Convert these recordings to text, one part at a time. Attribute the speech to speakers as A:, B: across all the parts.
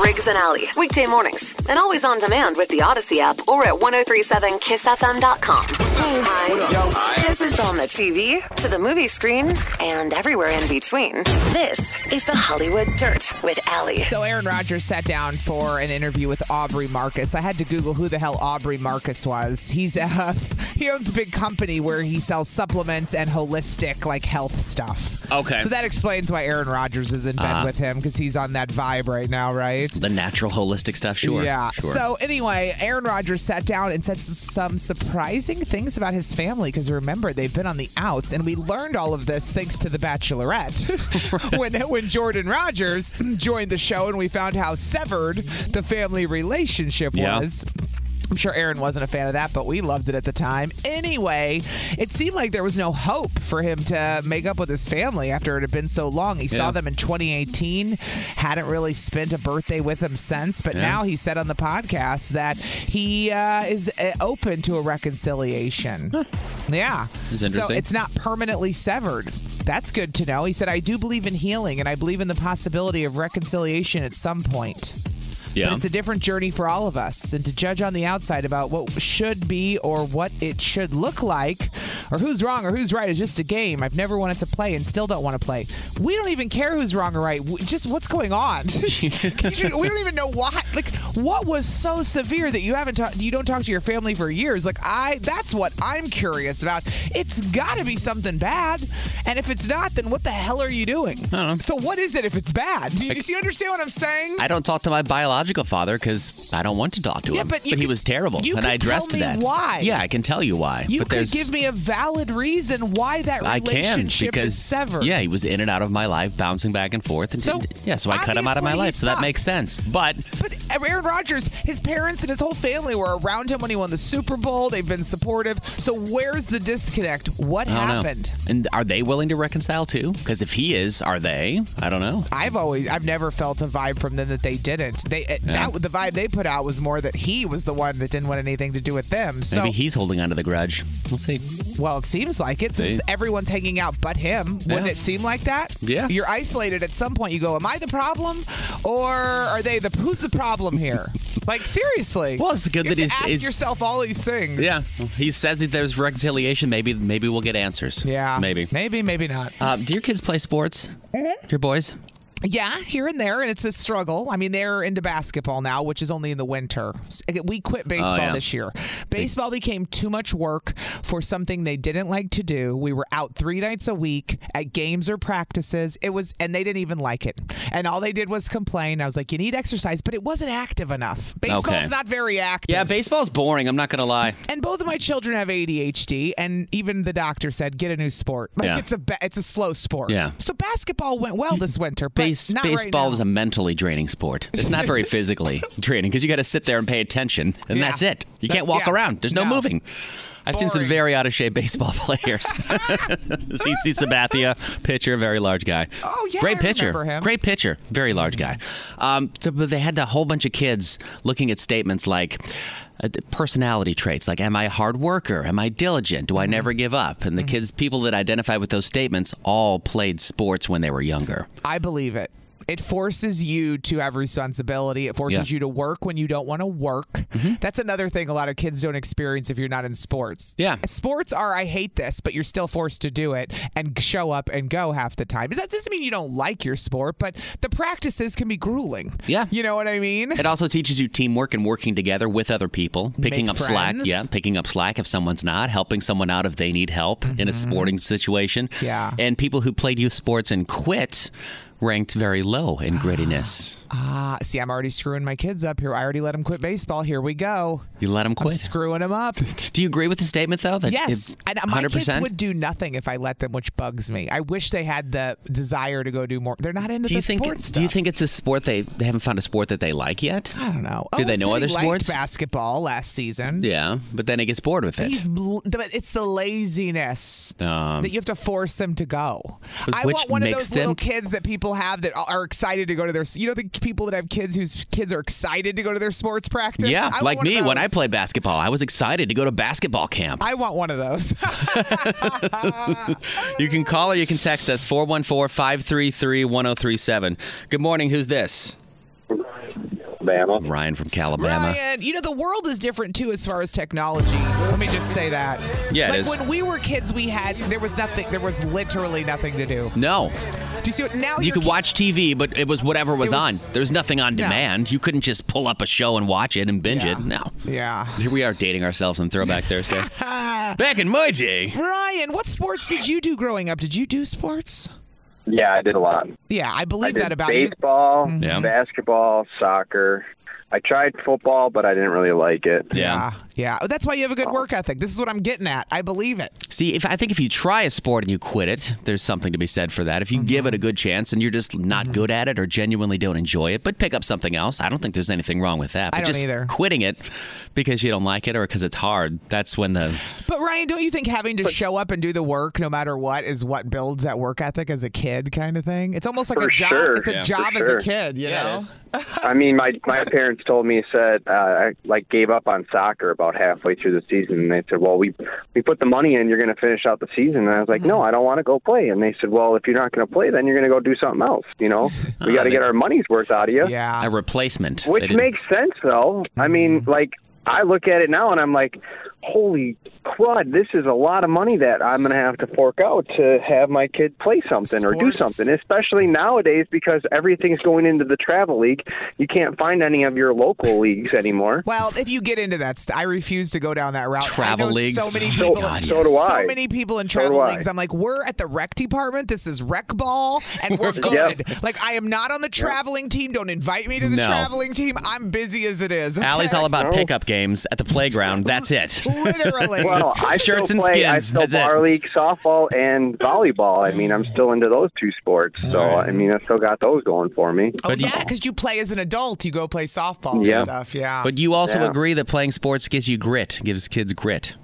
A: Riggs and Alley, weekday mornings, and always on demand with the Odyssey app or at 1037kissfm.com. Hi. This is on the TV, to the movie screen, and everywhere in between. This is the Hollywood Dirt with Alley.
B: So Aaron Rodgers sat down for an interview with Aubrey Marcus. I had to Google who the hell Aubrey Marcus was. He's uh, he owns a big company where he sells supplements and holistic like health stuff.
C: Okay.
B: So that explains why Aaron Rodgers is in bed
C: Uh-huh.
B: with him because he's on that vibe right now, right?
C: The natural holistic stuff, sure.
B: Yeah.
C: Sure.
B: So anyway, Aaron Rodgers sat down and said s- some surprising things about his family because remember they've been on the outs, and we learned all of this thanks to The Bachelorette when when Jordan Rodgers joined the show, and we found how severed the family relationship
C: Yeah.
B: was. I'm sure Aaron wasn't a fan of that, but we loved it at the time. Anyway, it seemed like there was no hope for him to make up with his family after it had been so long. He saw
C: Yeah.
B: them in 2018, hadn't really spent a birthday with them since, but
C: Yeah.
B: now he said on the podcast that he uh, is uh, open to a reconciliation. Yeah.
C: That's
B: So
C: interesting.
B: it's not permanently severed. That's good to know. He said, I do believe in healing and I believe in the possibility of reconciliation at some point. But
C: yeah.
B: it's a different journey for all of us. And to judge on the outside about what should be or what it should look like or who's wrong or who's right is just a game. I've never wanted to play and still don't want to play. We don't even care who's wrong or right. W- Just what's going on? Can you- we don't even know why. Like, what was so severe that you haven't talked, you don't talk to your family for years? Like, I, that's what I'm curious about. It's got to be something bad. And if it's not, then what the hell are you doing? I
C: don't know.
B: So, what is it if it's bad? Do you, do you understand what I'm saying?
C: I don't talk to my biological father because I don't want to talk to
B: Yeah,
C: him.
B: but you
C: he
B: could-
C: was terrible,
B: you
C: and
B: could
C: I addressed
B: tell me
C: that.
B: why.
C: Yeah, I can tell you why.
B: You
C: but
B: could
C: there's,
B: give me a valid reason why that
C: I can
B: relationship
C: because
B: is severed.
C: yeah, he was in and out of my life, bouncing back and forth, and
B: So,
C: yeah, so I cut him out of
B: obviously
C: my
B: he
C: life. So that makes
B: sucks.
C: sense. But
B: But Aaron Rodgers, his parents and his whole family were around him when he won the Super Bowl. They've been supportive. So where's the disconnect? What
C: I don't know.
B: happened?
C: And are they willing to reconcile too? Because if he is, are they? I don't know.
B: I've always, I've never felt a vibe from them that they didn't. They eh, that the vibe they put out was more that he was the one that didn't want anything to do with them. So
C: Maybe he's holding onto the grudge. We'll see.
B: Well, it seems like it since
C: See?
B: everyone's hanging out but him.
C: Yeah.
B: Wouldn't it seem like that?
C: Yeah.
B: You're isolated at some point. You go, Am I the problem? Or are they the who's the problem here? like seriously.
C: Well, it's good
B: you
C: that
B: have to
C: he's-
B: ask
C: he's-
B: yourself all these things.
C: Yeah, he says that there's reconciliation. Maybe, maybe we'll get answers.
B: Yeah.
C: maybe.
B: Maybe, maybe not. Mm-hmm.
C: Uh, do your kids play sports? Your boys?
B: Yeah, here and there, and it's a struggle. I mean, they're into basketball now, which is only in the winter. S- eh, We quit baseball
C: Oh, yeah.
B: this year. Baseball became too much work for something they didn't like to do. We were out three nights a week at games or practices. It was, and they didn't even like it. And all they did was complain. I was like, "You need exercise," but it wasn't active enough. Baseball's
C: Okay.
B: not very active.
C: Yeah, baseball's boring. I'm not gonna lie.
B: and both of my children have ADHD, and even the doctor said, "Get a new sport. Like
C: Yeah.
B: it's a ba- it's a slow sport."
C: Yeah.
B: So basketball went well this winter, but
C: Base,
B: not right
C: baseball
B: now.
C: is a mentally draining sport. It's not very physically draining because you got to sit there and pay attention, and
B: Yeah.
C: that's it. You
B: That-
C: can't walk
B: yeah.
C: around. There's no,
B: No.
C: moving. I've seen some very out of shape baseball players. CC Sabathia, pitcher, very large guy.
B: Oh, yeah,
C: great
B: I
C: pitcher,
B: remember him.
C: great pitcher, very large guy. Um, so- but they had a whole bunch of kids looking at statements like. uh, Personality traits like, am I a hard worker? Am I diligent? Do I
B: Mm-hmm.
C: never give up? And the kids, people that identify with those statements, all played sports when they were younger.
B: I believe it. It forces you to have responsibility. It forces
C: Yeah. Mm-hmm.
B: you to work when you don't want to work. That's another thing a lot of kids don't experience if you're not in sports.
C: Yeah.
B: Sports are, I hate this, but you're still forced to do it and g- show up and go half the time. That doesn't mean you don't like your sport, but the practices can be grueling.
C: Yeah.
B: You know what I mean?
C: It also teaches you teamwork and working together with other people, picking
B: Make
C: up slack.
B: friends.
C: Yeah, picking up slack if someone's not, helping someone out if they need help in a sporting situation.
B: Mm-hmm. Yeah.
C: And people who played youth sports and quit ranked very low in grittiness.
B: Ah, see, I'm already screwing my kids up here. I already let them quit baseball. Here we go.
C: You let them
B: I'm
C: quit.
B: screwing them up.
C: Do you agree with the statement though? That
B: Yes,
C: it-
B: and uh, my kids
C: 100%?
B: would do nothing if I let them, which bugs me. I wish they had the desire to go do more. They're not into
C: do you
B: the
C: think
B: sports
C: do you
B: stuff.
C: think it's a sport they, they haven't found a sport that they like yet?
B: I don't know.
C: Do they
B: Owen
C: know
B: said
C: other
B: he liked
C: sports?
B: Basketball last season.
C: Yeah, but then it gets bored with it.
B: He's bl- but it's the laziness
C: Um,
B: that you have to force them to go.
C: But
B: I
C: which
B: want one of
C: makes
B: those little
C: them-
B: kids that people have that are excited to go to their. You know the people that have kids whose kids are excited to go to their sports practice. I
C: Yeah,
B: want
C: like
B: one of
C: me when I
B: those.
C: played basketball, I was excited to go to basketball camp.
B: I want one of those.
C: You can call or you can text us 414 533 1037. Good morning. Who's this?
D: Bama.
C: Ryan from Calabama.
B: Ryan, Oh, you know the world is different too as far as technology. Let me just say that.
C: Yeah, it
B: like
C: is.
B: when we were kids, we had there was nothing. There was literally nothing to do.
C: No,
B: Do you see what now?
C: you
B: your
C: could
B: kid-
C: watch TV, but it was whatever was,
B: It was-
C: on. There was nothing on
B: No.
C: demand. You couldn't just pull up a show and watch it and binge
B: Yeah.
C: it. No.
B: Yeah.
C: Here we are dating ourselves on Throwback Thursday. Back in my day.
B: Ryan, what sports did you do growing up? Did you do sports?
D: Yeah, I did a lot.
B: Yeah, I believe
D: I did
B: that about you. Mm-hmm.
D: baseball,
C: Yeah.
D: basketball, soccer. I tried football, but I didn't really like it.
C: Yeah.
B: Yeah, yeah. Oh, That's why you have a good work ethic. This is what I'm getting at. I believe it.
C: See, if I think if you try a sport and you quit it, there's something to be said for that. If you give it a good chance and you're just not good at it or genuinely don't enjoy it, but pick up something else, I don't think there's anything wrong with that. But
B: I don't
C: just
B: either.
C: quitting it because you don't like it or because it's hard, that's when the
B: But Ryan, don't you think having to show up and do the work no matter what is what builds that work ethic as a kid kind of thing? It's almost like
D: For
B: a job.
D: sure.
B: It's a
D: Yeah.
B: job
D: For
B: as a
D: sure.
B: kid, you know?
D: I mean, my my parents told me said uh, I like gave up on soccer about halfway through the season. And they said, "Well, we we put the money in. You're going to finish out the season." And I was
B: Mm-hmm.
D: like, "No, I don't want to go play." And they said, "Well, if you're not going to play, then you're going to go do something else. You know,
C: Uh,
D: we got to get our money's worth out of you."
B: Yeah.
C: a replacement. They
D: Which
C: didn't- Mm-hmm.
D: makes sense, though. I mean, like I look at it now and I'm like, "Holy crud! This is a lot of money that I'm going to have to fork out to have my kid play something or do
B: Sports.
D: something." Especially nowadays because everything's going into the travel league. You can't find any of your local leagues anymore.
B: Well, if you get into that, st- I refuse to go down that route. I
C: Travel
B: know
C: leagues?
B: So many
C: Oh my
B: people.
C: God,
D: So yes. do I.
B: So many people in
D: So
B: travel
D: do I.
B: leagues. I'm like, we're at the rec department. This is rec ball, and we're good. Like, I am not on the traveling team. Don't invite me to the
C: No.
B: traveling team. I'm busy as it is.
C: Allie's all about pickup games at the playground. That's it.
B: Literally.
D: Well, I
C: Shirts
D: still
C: and
D: play, I
C: skins,
D: still
C: that's it.
D: bar league, softball, and volleyball. I mean, I'm still into those two sports, so I mean, I still got those going for me.
B: oh, yeah, because you play as an adult. You go play softball
D: Yeah.
B: and stuff. Yeah.
C: But you also
D: Yeah.
C: agree that playing sports gives you grit, gives kids grit,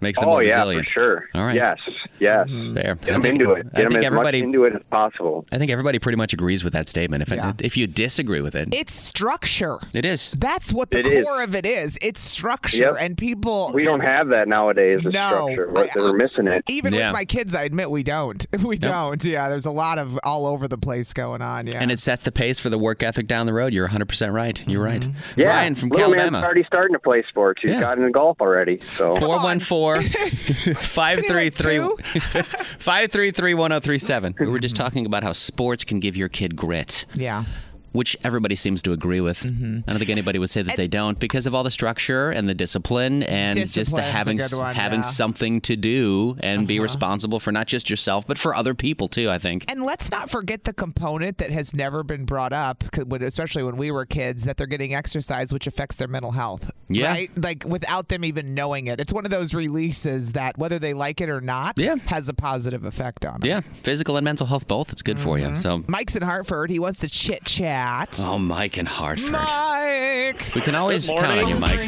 C: makes them
D: oh
C: more
D: yeah,
C: resilient.
D: for sure.
C: All right.
D: Yes, yes.
B: Mm-hmm.
C: There.
D: Get
C: I
D: them
C: think-
D: into it.
C: I
D: Get them
C: think
D: as
C: everybody-
D: much into it as possible.
C: I think everybody pretty much agrees with that statement. If if you disagree with it,
B: it's structure.
C: it is.
B: That's what the
D: It is.
B: core of it is. It's structure,
D: Yep.
B: and people.
D: We don't have that nowadays. as
B: No.
D: structure.
B: I-
D: We're, we're missing it.
B: even
C: Yeah.
B: with my kids, I admit we don't. We don't. Yeah, there's a lot of all over the place going on. Yeah.
C: And it sets the pace for the work ethic down the road. You're 100% right. You're right.
B: Mm-hmm.
D: Yeah,
C: Ryan from
D: little man's
C: Alabama.
D: already starting to play sports. He's
C: Yeah.
D: gotten in golf already. So
C: 414
B: Isn't
C: 533 1037. We were just talking about how sports can give your kid grit,
B: yeah.
C: which everybody seems to agree with.
B: Mm-hmm.
C: I don't think anybody would say that they don't because of all the structure and the discipline and just the
B: Discipline's a
C: having
B: good one,
C: having
B: yeah. Uh-huh.
C: something to do and be responsible for not just yourself but for other people too, I think.
B: And let's not forget the component that has never been brought up, 'cause when- especially when we were kids, that they're getting exercise, which affects their mental health.
C: Yeah.
B: Right? Like without them even knowing it. It's one of those releases that, whether they like it or not,
C: Yeah.
B: has a positive effect on them. Mm-hmm.
C: Yeah, physical and mental health both. It's good for you. So
B: Mike's in Hartford. He wants to chit chat. that.
C: Oh, Mike in Hartford.
B: Mike!
C: We can always count on you, Mike.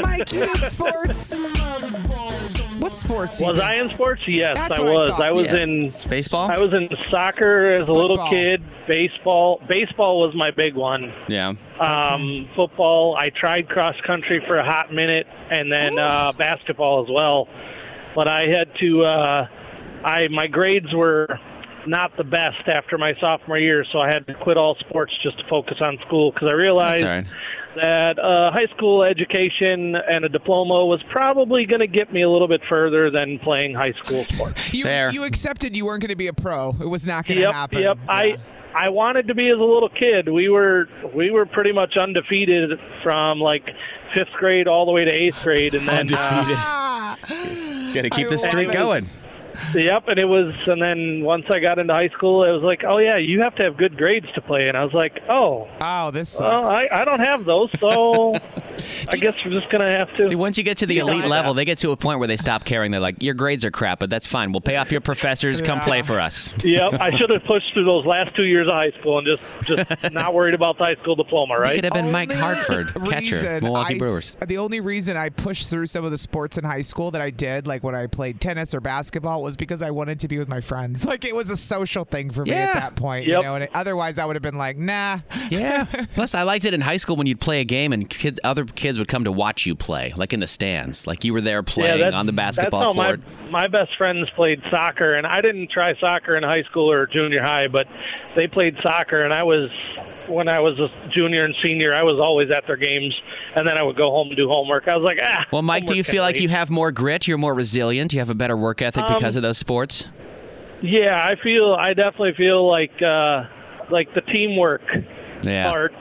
B: Mike, you did sports. what sports?
E: Was I in sports? Yes,
B: That's
E: I
B: what I
E: was.
B: thought.
E: I, was
C: Yeah.
E: in
C: Baseball?
E: I was in soccer as a little
B: Football.
E: kid. Baseball. Baseball was my big one.
C: Yeah.
E: Um, football. I tried cross country for a hot minute, and then uh, basketball as well. But I had to. Uh, I my grades were not the best after my sophomore year, so I had to quit all sports just to focus on school because I
C: That's
E: realized
C: all right.
E: that uh, high school education and a diploma was probably going to get me a little bit further than playing high school sports.
B: You,
C: Fair.
B: you accepted you weren't going to be a pro. It was not going to
E: yep,
B: happen.
E: yep. I I wanted to be as a little kid. We were we were pretty much undefeated from like fifth grade all the way to eighth grade, and then uh,
C: Gotta keep
B: I
C: this
B: love
C: streak
B: it.
C: going.
E: Yep, and it was, and then once I got into high school, it was like, oh yeah, you have to have good grades to play, and I was like, oh,
B: Oh, this
E: well,
B: sucks.
E: I, I don't have those, so I guess I'm just gonna have to.
C: See, once you get to the elite
E: like
C: level,
E: that.
C: they get to a point where they stop caring. They're like, your grades are crap, but that's fine. We'll pay off your professors. Come play for us.
E: yep, I should have pushed through those last two years of high school and just just not worried about the high school diploma,
C: It
E: right?
C: could have been Mike
B: Only
C: Hartford, catcher,
B: reason
C: Milwaukee
B: I s-
C: Brewers.
B: The only reason I pushed through some of the sports in high school that I did, like when I played tennis or basketball, was because I wanted to be with my friends. Like it was a social thing for me
C: Yeah.
B: at that point. You
E: Yep.
B: know, and it- otherwise I would have been like, nah.
C: Yeah. Plus, I liked it in high school when you'd play a game and kids, other kids would come to watch you play, like in the stands, like you were there playing
E: that's-
C: on the basketball
E: that's how
C: court.
E: My, my best friends played soccer, and I didn't try soccer in high school or junior high, but they played soccer, and I was when I was a junior and senior, I was always at their games, and then I would go home and do homework. I was like, ah.
C: Well, Mike, do you
E: homework can
C: feel like
E: wait.
C: you have more grit? You're more resilient? You have a better work ethic because
E: Um,
C: of those sports?
E: Yeah, I feel. I definitely feel like uh, like the teamwork
C: Yeah.
E: part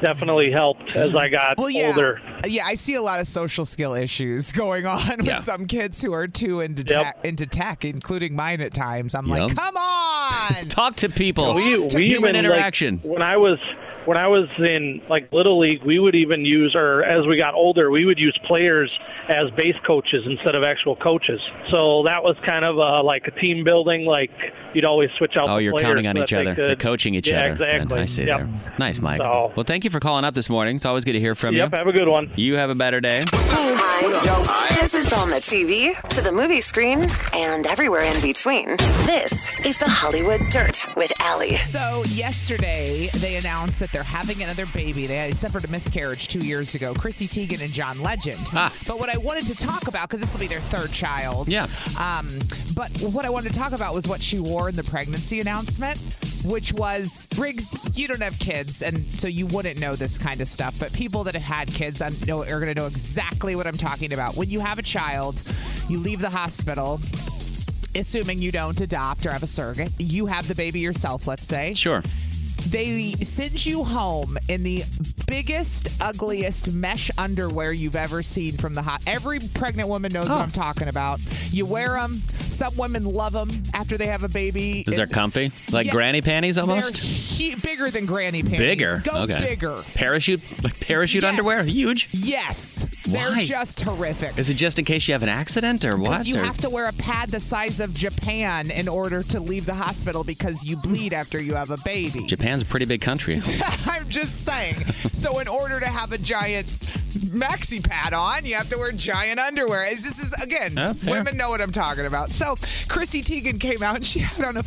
E: definitely helped as I got
B: Well, yeah,
E: older.
B: yeah. I see a lot of social skill issues going on with
C: Yeah.
B: some kids who are too into
E: Yep.
B: tech, into tech, including mine at times. I'm
C: Yep.
B: like, come on.
C: Talk to people.
E: we,
C: It's a
E: we
C: human
E: even,
C: interaction.
E: Like, when I was when I was in like little league, we would even use, or as we got older, we would use players as base coaches instead of actual coaches. So that was kind of uh, like a team building. Like you'd always switch out.
C: Oh,
E: the
C: you're
E: players
C: counting on
E: so
C: each
E: that they
C: other.
E: could-
C: You're coaching each
E: yeah,
C: other.
E: Exactly.
C: I see
E: yep.
C: there. Nice, Mike.
E: So-
C: Well, thank you for calling up this morning. It's always good to hear from
E: Yep.
C: you.
E: Have a good one.
C: You have a better day.
A: Hi. This is on the TV, to the movie screen, and everywhere in between. This is the Hollywood Dirt with Allie.
B: So yesterday they announced that they're having another baby. They suffered a miscarriage two years ago. Chrissy Teigen and John Legend.
C: Ah.
B: But what I wanted to talk about because this will be their third child.
C: Yeah.
B: Um, but what I wanted to talk about was what she wore in the pregnancy announcement, which was Riggs. You don't have kids, and so you wouldn't know this kind of stuff. But people that have had kids un- know, are going to know exactly what I'm talking about. When you have a child, you leave the hospital. Assuming you don't adopt or have a surrogate, you have the baby yourself, let's say
C: Sure.
B: they send you home in the biggest, ugliest mesh underwear you've ever seen from the hot. Every pregnant woman knows what I'm talking about. You wear them. Some women love them after they have a baby.
C: Is there
B: It-
C: comfy? Like
B: Yeah.
C: granny panties
B: they're
C: almost?
B: hu- bigger than granny panties.
C: Bigger.
B: Go
C: okay.
B: bigger.
C: Parachute like parachute
B: Yes.
C: underwear? Huge.
B: Yes. They're
C: Why?
B: just horrific.
C: Is it just in case you have an accident or what?
B: Because you
C: Or-
B: have to wear a pad the size of Japan in order to leave the hospital because you bleed after you have a baby.
C: Japan's a pretty big country.
B: I'm just saying. So in order to have a giant maxi pad on, you have to wear giant underwear. Is- This is again,
C: Yeah, fair.
B: women know what I'm talking about. So Chrissy Teigen came out and she had on a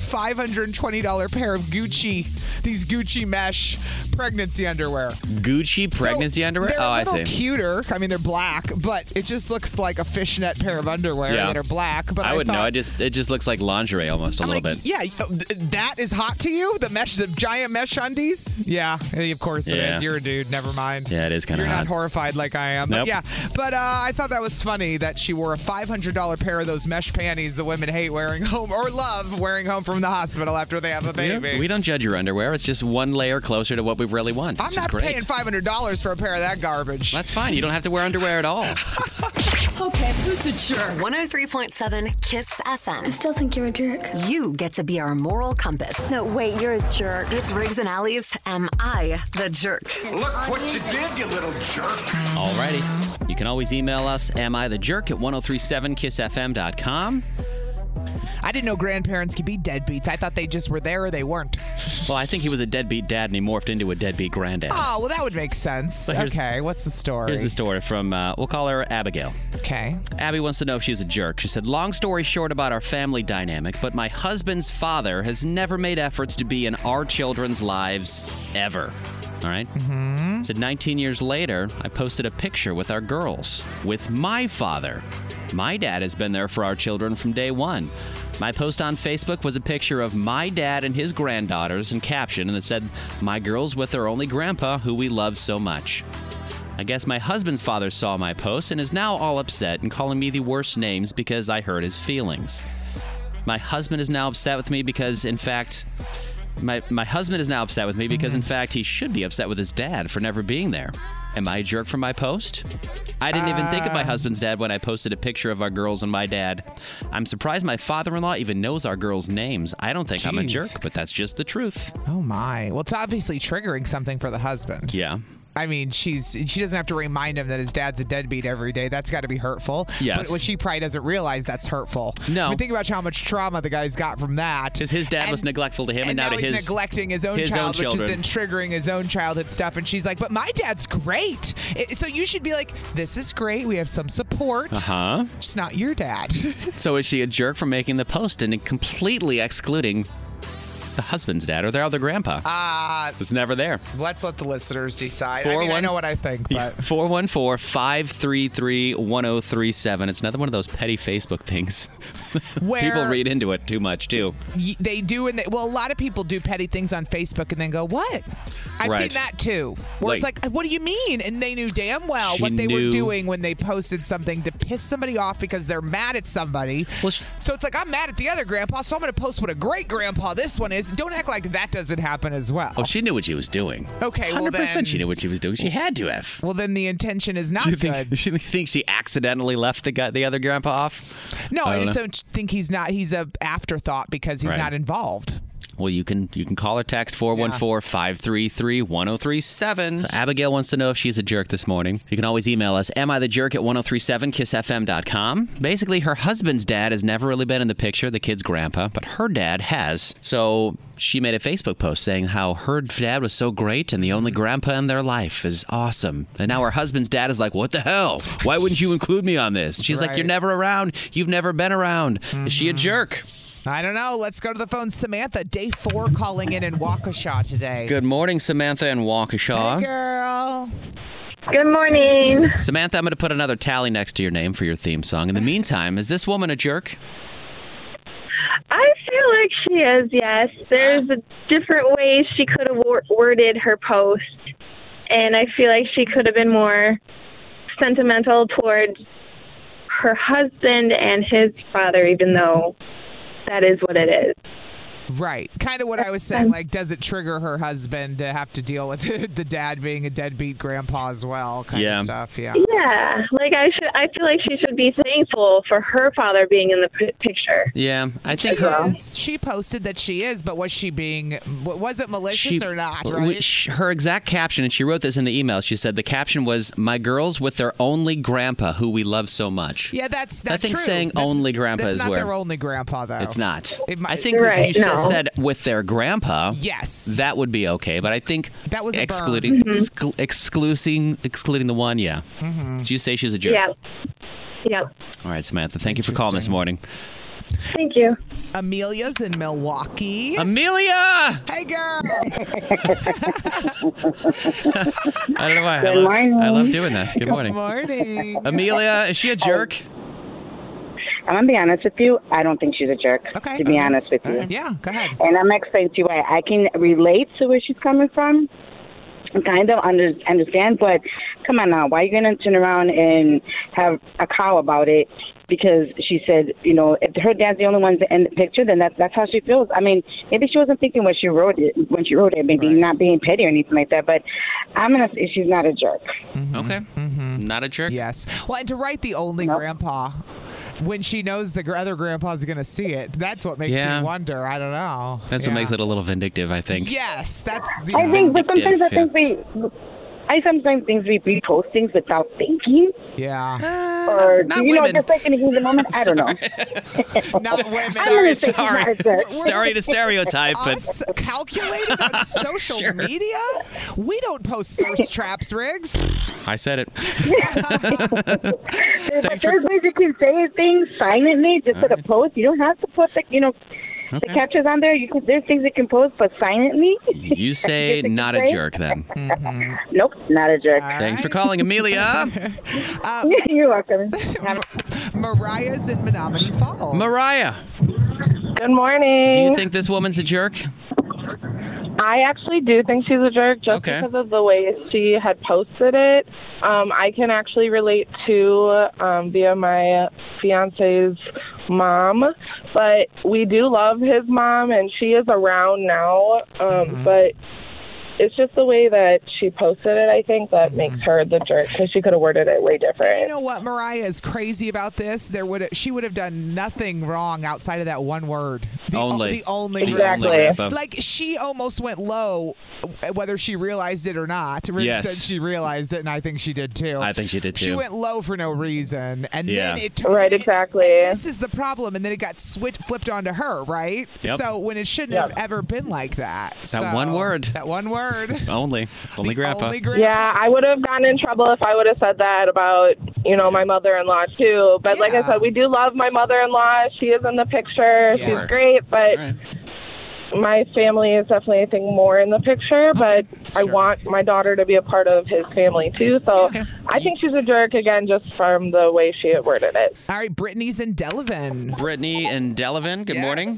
B: $520 pair of Gucci, these Gucci mesh pregnancy underwear.
C: Gucci pregnancy
B: So
C: underwear?
B: They're
C: Oh,
B: a
C: I
B: little
C: see.
B: cuter. I mean, they're black, but it just looks like a fishnet pair of underwear
C: Yeah.
B: that are black. But I,
C: I wouldn't know.
B: thought-
C: I just it just looks like lingerie almost a
B: I'm
C: little
B: like,
C: bit.
B: Yeah, th- that is hot to you. The mesh, the giant mesh undies. Yeah, eh, of course it
C: Yeah.
B: is. You're a dude. Never mind.
C: Yeah, it is kinda
B: You're
C: hot.
B: not horrified like I am. But
C: Nope.
B: yeah, but uh, I thought that was funny that she wore a $500 pair of those mesh panties the women hate wearing home or love wearing home from the hospital after they have a
C: Yeah,
B: baby.
C: we don't judge your underwear. It's just one layer closer to what we really want.
B: I'm
C: which is
B: not
C: great.
B: paying $500 for a pair of that garbage.
C: That's fine. You don't have to wear underwear at all.
A: 103.7 Kiss
F: I
A: FM.
F: still think you're a jerk.
A: You get to be our moral compass.
F: No, wait, you're a jerk.
A: It's Riggs and Allies. Am I the jerk?
G: Look what you did, you little jerk.
C: oh Alrighty. You can always email us, am I the jerk at 1037kissfm.com.
B: I didn't know grandparents could be deadbeats. I thought they just were there or they weren't.
C: Well, I think he was a deadbeat dad and he morphed into a deadbeat granddad.
B: Oh, well, that would make sense.
C: So here's-
B: okay, what's the story?
C: Here's the story from, uh, we'll call her Abigail.
B: Okay.
C: Abby wants to know if she's a jerk. She said, Long story short about our family dynamic, but my husband's father has never made efforts to be in our children's lives ever. All right?
B: Mm-hmm.
C: Said 19 years later, I posted a picture with our girls with my father. My dad has been there for our children from day one. My post on Facebook was a picture of my dad and his granddaughters and caption, and it said, My girls with their only grandpa who we love so much. I guess my husband's father saw my post and is now all upset and calling me the worst names because I hurt his feelings. My husband is now upset with me because, in fact, my, my husband is now upset with me because,
B: Mm-hmm.
C: in fact, he should be upset with his dad for never being there. Am I a jerk for my post? I didn't even think of
B: Uh.
C: my husband's dad when I posted a picture of our girls and my dad. I'm surprised my father in law even knows our girls' names. I don't think I'm a
B: Jeez.
C: jerk, but that's just the truth.
B: Oh my. Well, it's obviously triggering something for the husband.
C: Yeah.
B: I mean, she's she doesn't have to remind him that his dad's a deadbeat every day. That's got to be hurtful.
C: Yes.
B: But what she probably doesn't realize that's hurtful.
C: No.
B: I mean, think about how much trauma the guy's got from that.
C: Because his dad was neglectful to him, and,
B: and now
C: to
B: he's
C: his
B: neglecting his own
C: his
B: child,
C: own
B: which is
C: children.
B: then triggering his own childhood stuff. And she's like, "But my dad's great." I- So you should be like, "This is great. We have some
C: Uh.
B: support.
C: huh?
B: It's not your dad."
C: Uh-huh. So is she a jerk for making the post and completely excluding the husband's dad or their other grandpa? Ah.
B: Uh,
C: was never there.
B: Let's let the listeners decide. I
C: Four,
B: mean, I
C: one-
B: know what I think, but
C: 414 533 1037. It's another one of those petty Facebook things.
B: Where-
C: People read into it too much, too.
B: y- they do, and they, well, a lot of people do petty things on Facebook and then go, "What?" I've
C: Right.
B: seen that too. Where it's
C: Like-
B: like, "What do you mean?" And they knew damn well
C: She
B: what they were
C: knew-
B: doing when they posted something to piss somebody off because they're mad at somebody.
C: Well, sh-
B: so it's like, "I'm mad at the other grandpa, so I'm going to post what a great grandpa this one is." Don't act like that doesn't happen as well.
C: Oh, she knew what she was doing.
B: Okay, well
C: 100% she
B: then-
C: knew what she was doing. She had to have.
B: well, then the intention is not
C: Do you
B: good.
C: think she thinks she accidentally left the guy, the other grandpa off?
B: no,
C: I
B: I,
C: don't
B: just
C: know.
B: don't think he's not. He's a afterthought because he's
C: Right.
B: not involved.
C: Well, you can you can call or text 414-533-1037. Abigail wants to know if she's a jerk this morning. You can always email us, am I the jerk at 1037kissfm.com. Basically, her husband's dad has never really been in the picture, the kid's grandpa, but her dad has. So she made a Facebook post saying how her dad was so great and the only grandpa in their life is awesome. And now her husband's dad is like, what the hell? Why wouldn't you include me on this? And she's like,
B: Right.
C: you're never around. You've never been around. Is she a jerk?
B: Mm-hmm. I don't know. Let's go to the phone. Samantha, day four, calling in in Waukesha today.
C: Good morning, Samantha and Waukesha.
B: Hey, girl.
H: Good morning.
C: Samantha, I'm going to put another tally next to your name for your theme song. In the meantime, is this woman a jerk?
H: I feel like she is, yes. There's a different ways she could have wor- worded her post, and I feel like she could have been more sentimental towards her husband and his father, even though that is what it is.
B: Right. Kind of what I was saying. Like, does it trigger her husband to have to deal with the dad being a deadbeat grandpa as well? Kind
C: Yeah.
B: of stuff. Yeah.
H: Yeah, like I should. I feel like she should be thankful for her father being in the p- picture.
C: Yeah, I
B: She,
C: think her.
B: is. She posted that she is, but was she being, w- was it malicious
C: She,
B: or not?
C: w-
B: Right?
C: w- sh- her exact caption, and she wrote this in the email. She said the caption was "My girls with their only grandpa, who we love so much."
B: yeah, that's not
C: I think
B: true.
C: saying
B: That's-
C: only grandpa
B: that's
C: is
B: not
C: where
B: their only grandpa, though.
C: it's not.
B: It might-
C: I think
H: Right,
C: if you just
H: no.
C: said with their grandpa,
B: Yes.
C: that would be okay. But I think
B: That was a burn.
C: excluding,
H: Mm-hmm.
C: exclu- excluding, excluding the one. Yeah.
B: Mm-hmm.
C: Do you say she's a jerk?
H: Yeah. Yep.
C: All right, Samantha. Thank you for calling this
B: Interesting.
C: morning,
H: Thank you.
B: Amelia's in Milwaukee.
C: Amelia.
B: hey, girl.
C: I don't know why. I, love, I love doing that. Good morning.
B: Good morning.
C: Amelia, is she a jerk?
B: Oh,
I: I'm gonna be honest with you. I don't think she's a jerk.
B: Okay.
I: To be
B: Okay.
I: honest with you,
B: yeah, go ahead.
I: and I'm gonna explain to you why I can relate to where she's coming from. and Kind of under, understand, but come on now, why are you gonna turn around and have a cow about it? Because she said, you know, if her dad's the only one in the picture, then that's that's how she feels. I mean, maybe she wasn't thinking when she wrote it, when she wrote it, maybe not being petty or anything like that. But I'm gonna say she's not a jerk.
C: Okay. Not a jerk?
B: Mm-hmm, Yes. Well, and to write the only grandpa when she knows the gr- other grandpa's going to see it, that's what makes
C: Yeah.
B: me wonder. I don't know.
C: That's what makes it a little vindictive, I think.
B: Yes, that's the.
I: I think, but sometimes I
C: Vindictive,
I: think we, I sometimes think we repost things without thinking.
B: yeah.
I: or
C: Ah, Uh, not
I: you know,
C: women.
I: just like in the heat of the moment. I don't know.
B: not women.
C: Sorry, sorry, sorry to stereotype, but
B: Us calculated on social media. We don't post thirst traps, Riggs.
C: I said it.
I: But there's ways you can say things silently, just at a post. You don't have to put the you know the
C: Okay.
I: captures on there. You can there's things you can post, but silently.
C: You say not a jerk then.
B: Mm-hmm.
I: Nope, not a jerk.
C: Thanks for calling, Amelia.
I: You're welcome.
B: Mariah's in Menominee Falls.
C: Mariah,
J: Good morning.
C: do you think this woman's a jerk?
J: I actually do think she's a jerk just
C: Okay.
J: because of the way she had posted it. Um, I can actually relate to um, via my fiance's mom, but we do love his mom, and she is around now. Um, But it's just the way that she posted it. I think that makes her the jerk because she could have worded it way different.
B: You know what? Mariah is crazy about this. There would she would have done nothing wrong outside of that one word. The o-
C: Only.
B: the only
C: The only
B: word.
C: Exactly. word.
B: Like she almost went low, w- whether she realized it or not. Rick
C: Yes.
B: said she realized it, and I think she did too.
C: I think she did
B: She
C: too.
B: went low for no reason, and
C: Yeah.
B: then it turned. Right, exactly. this is the problem, and then it got switch, flipped onto her, right?
C: Yep.
B: So when it shouldn't have ever been like that.
C: That
B: So-
C: one word.
B: That one word.
C: Only. Only grandpa.
J: Yeah, I would have gotten in trouble if I would have said that about, you know, my mother in law too. But like I said, we do love my mother in law. She is in the picture.
C: Sure.
J: She's great, but my family is definitely I think more in the picture, but I want my daughter to be a part of his family too. So I think she's a jerk again just from the way she had worded it.
B: All right, Brittany's in Delavan.
C: Brittany and Delavan, good morning.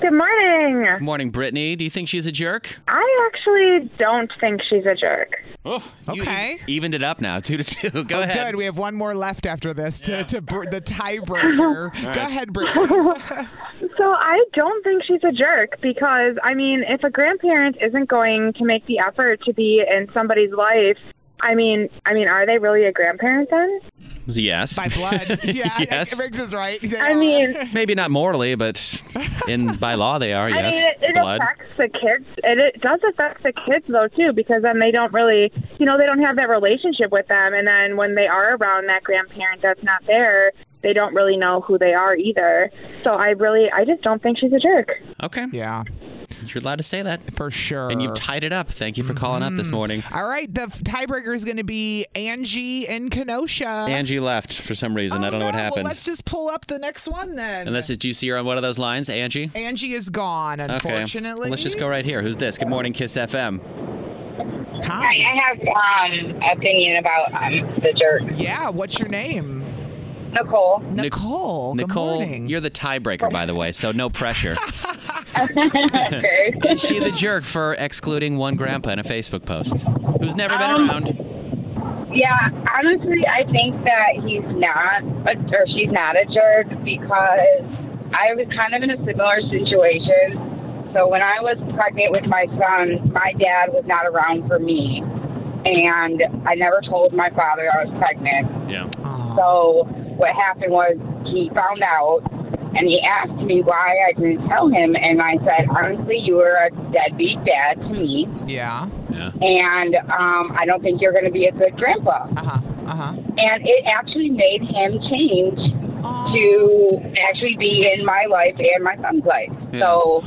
K: Good morning.
C: Good morning, Brittany. Do you think she's a jerk?
K: I actually don't think she's a jerk.
B: okay.
C: Oh, e-, Evened it up now, two to two. Go
B: Oh,
C: ahead.
B: Good. We have one more left after this to, to br- the tiebreaker.
C: All
B: Go
C: right.
B: ahead, Brittany.
K: So I don't think she's a jerk because, I mean, if a grandparent isn't going to make the effort to be in somebody's life, I mean, I mean, are they really a grandparent then?
C: It was a Yes. By
B: blood. Yeah.
C: yes.
B: Riggs is right.
K: I mean,
C: Maybe not mortally, but in by law they are.
K: I
C: Yes.
K: mean, it, it
C: Blood.
K: affects the kids. It, it does affect the kids though too, because then they don't really, you know, they don't have that relationship with them, and then when they are around that grandparent that's not there, they don't really know who they are either. So I really, I just don't think she's a jerk.
C: Okay.
B: Yeah.
C: You're allowed to say that
B: for sure. Mm-hmm.
C: And you tied it up. Thank you for calling up this morning.
B: All right. The f- tiebreaker is going to be Angie in Kenosha.
C: Angie left for some reason. I don't know what
B: Uh, oh, well,
C: happened.
B: let's just pull up the next one then.
C: Unless it's do you see her on one of those lines, Angie?
B: Angie is gone,
C: Okay.
B: unfortunately.
C: Well, let's just go right here. Who's this? Good morning, Kiss FM.
B: Hi.
L: I have um opinion about um the jerk.
B: Yeah. What's your name?
L: Nicole.
B: Nicole. good
C: Nicole, you're the tiebreaker, by the way, so no pressure. Is she the jerk for excluding one grandpa in a Facebook post? Who's never been around?
L: Yeah, honestly, I think that he's not, a, or she's not a jerk because I was kind of in a similar situation. So when I was pregnant with my son, my dad was not around for me, and I never told my father I was pregnant.
C: Yeah.
L: Oh. So what happened was he found out and he asked me why I didn't tell him and I said, Honestly, you were a deadbeat dad to me
B: Yeah.
C: Yeah.
L: and um, I don't think you're gonna be a good grandpa.
B: Uh-huh. Uh-huh.
L: And it actually made him change
B: Oh.
L: to actually be in my life and my son's life. So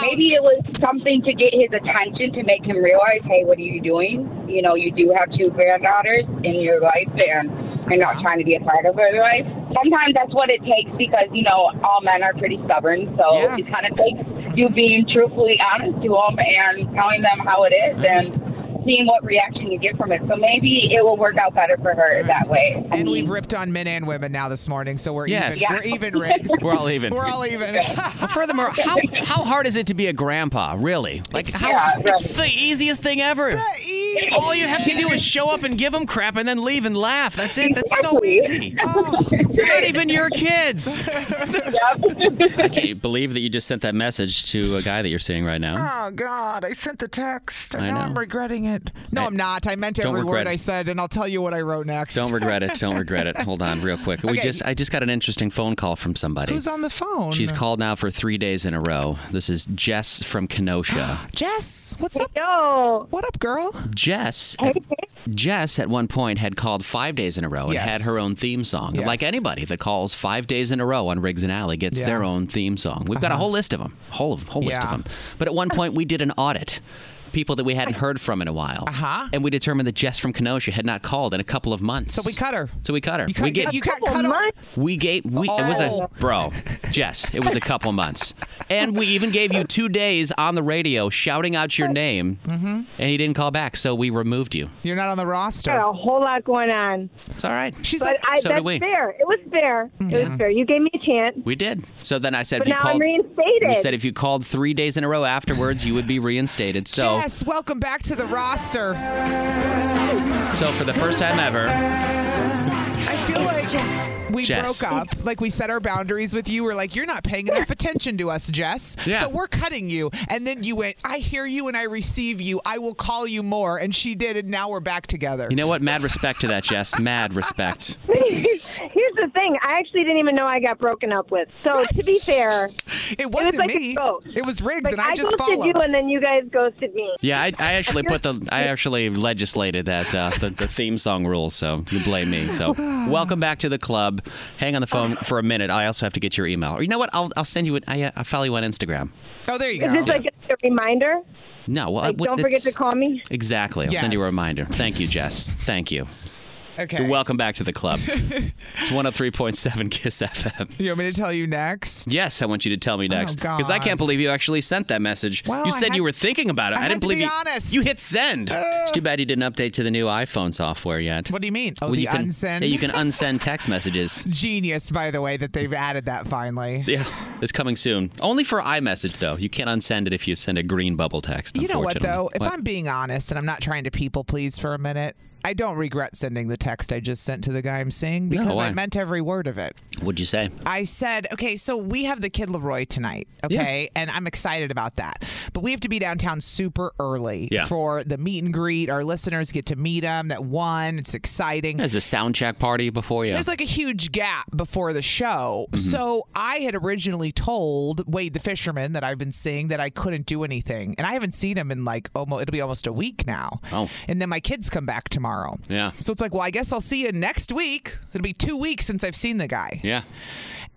L: maybe it was something to get his attention to make him realize, hey, what are you doing? You know, you do have two granddaughters in your life and you're
B: Uh-huh.
L: not trying to be a part of her life. Sometimes that's what it takes because, you know, all men are pretty stubborn. So it kind of takes you being truthfully honest to them and telling them how it is
B: Uh-huh.
L: and seeing what reaction you get from it. So maybe it will work out better for her that way. I
B: And
L: mean,
B: we've ripped on men and women now this morning, so we're
C: Yes.
B: even.
C: Yeah.
B: We're even, Riggs.
C: We're all even.
B: We're all even.
C: Well, furthermore, how, how hard is it to be a grandpa, really? Like, how, it's the easiest thing ever. All you have to do is show up and give them crap and then leave and laugh. That's it. That's so easy.
B: Oh,
C: They're not even your kids. I can't believe that you just sent that message to a guy that you're seeing right now.
B: Oh God! I sent the text.
C: I
B: now
C: know.
B: I'm regretting it. No, I, am not. I meant
C: Don't
B: every
C: regret
B: word
C: it.
B: I said, and I'll tell you what I wrote next.
C: Don't regret it. Don't regret it. Hold on, real quick. We
B: Okay.
C: just I just got an interesting phone call from somebody.
B: Who's on the phone?
C: She's called now for three days in a row. This is Jess from Kenosha.
B: Jess. What's up?
K: Yo.
B: What up, girl?
C: Jess Jess at one point had called five days in a row and
M: Yes.
C: had her own theme song.
M: Yes.
C: Like anybody that calls five days in a row on Riggs and Alley gets
M: Yeah.
C: their own theme song. We've got a
M: Uh-huh.
C: whole list of them, whole of, whole list of
M: Yeah.
C: them. But at one point we did an audit. People that we hadn't heard from in a while, uh-huh. and we determined that Jess from Kenosha had not called in a couple of months. So we cut her. So we cut her.
B: You cut-
C: we get
B: you got cut off.
C: we gave we it was
B: Oh.
C: a bro, Jess. It was a couple months, and we even gave you two days on the radio shouting out your name,
B: Mhm.
C: and you didn't call back, so we removed you.
B: You're not on the roster.
N: Got a whole lot going on.
C: It's all right.
N: She's
C: like-
N: I,
C: So do
N: that's
C: we.
N: fair. It was fair. It
C: Yeah.
N: was fair. You gave me a chance,
C: We did. So then I said,
N: but
C: if you
N: now I'm
C: called,
N: reinstated.
C: we said if you called three days in a row afterwards, you would be reinstated. So,
B: Yes, welcome back to the roster.
C: so for the first time ever,
B: I feel like we
C: Jess.
B: broke up. Like we set our boundaries with you. We're like, you're not paying enough attention to us, Jess.
C: Yeah.
B: So we're cutting you. And then you went, I hear you and I receive you. I will call you more. And she did. And now we're back together.
C: you know what? Mad respect to that, Jess. Mad respect.
N: Here's the thing. I actually didn't even know I got broken up with. So to be fair,
B: it
N: was
B: wasn't
N: like
B: me.
N: A ghost.
B: It was Riggs,
N: Like,
B: and I just
N: ghosted you,
B: followed.
N: and then you guys ghosted me.
C: Yeah, I, I actually put the I actually legislated that uh, the, the theme song rules, so you blame me. So welcome back to the club. Hang on the phone for a minute. I also have to get your email. Or you know what? I'll I'll send you. An, I uh, I follow you on Instagram.
B: Oh, there you Uh,
N: Is this like a reminder?
C: No, well, I-
N: Like,
C: what-
N: don't forget to
C: it's-
N: call me.
C: Exactly. I'll send you a
N: Yes.
C: reminder. Thank you, Jess. Thank you.
B: Okay.
C: You're welcome back to the club. it's 103.7 Kiss FM.
B: You want me to tell you next?
C: Yes, I want you to tell me next because I
B: God.
C: can't believe you actually sent that message. you said you were thinking about it. I, didn't believe
B: be
C: you.
B: honest.
C: You hit send. It's too bad you didn't update to the new iPhone software yet.
B: What do you mean? Oh, the
C: you can,
B: unsend?
C: yeah, You can unsend text messages.
B: Genius, by the way, that they've added that finally.
C: Yeah, it's coming soon. Only for iMessage though. You can't unsend it if you send a green bubble text.
B: You know what,
C: unfortunately.
B: though? If
C: What?
B: I'm being honest and I'm not trying to people please for a minute, I don't regret sending the text I just sent to the guy I'm seeing because I
C: why?
B: meant every word of it.
C: What'd you say?
B: I said, okay, so we have the Kid Leroy tonight, okay? And I'm excited about that. But we have to be downtown super early
C: Yeah.
B: for the meet and greet. Our listeners get to meet him. That one, it's exciting.
C: There's a sound check party before you.
B: There's like a huge gap before the show.
C: Mhm.
B: So I had originally told Wade the fisherman that I've been seeing that I couldn't do anything. And I haven't seen him in like almost it'll be almost a week now.
C: Oh.
B: And then my kids come back tomorrow.
C: Yeah.
B: So it's like, well, I guess I'll see you next week. It'll be two weeks since I've seen the guy.
C: Yeah.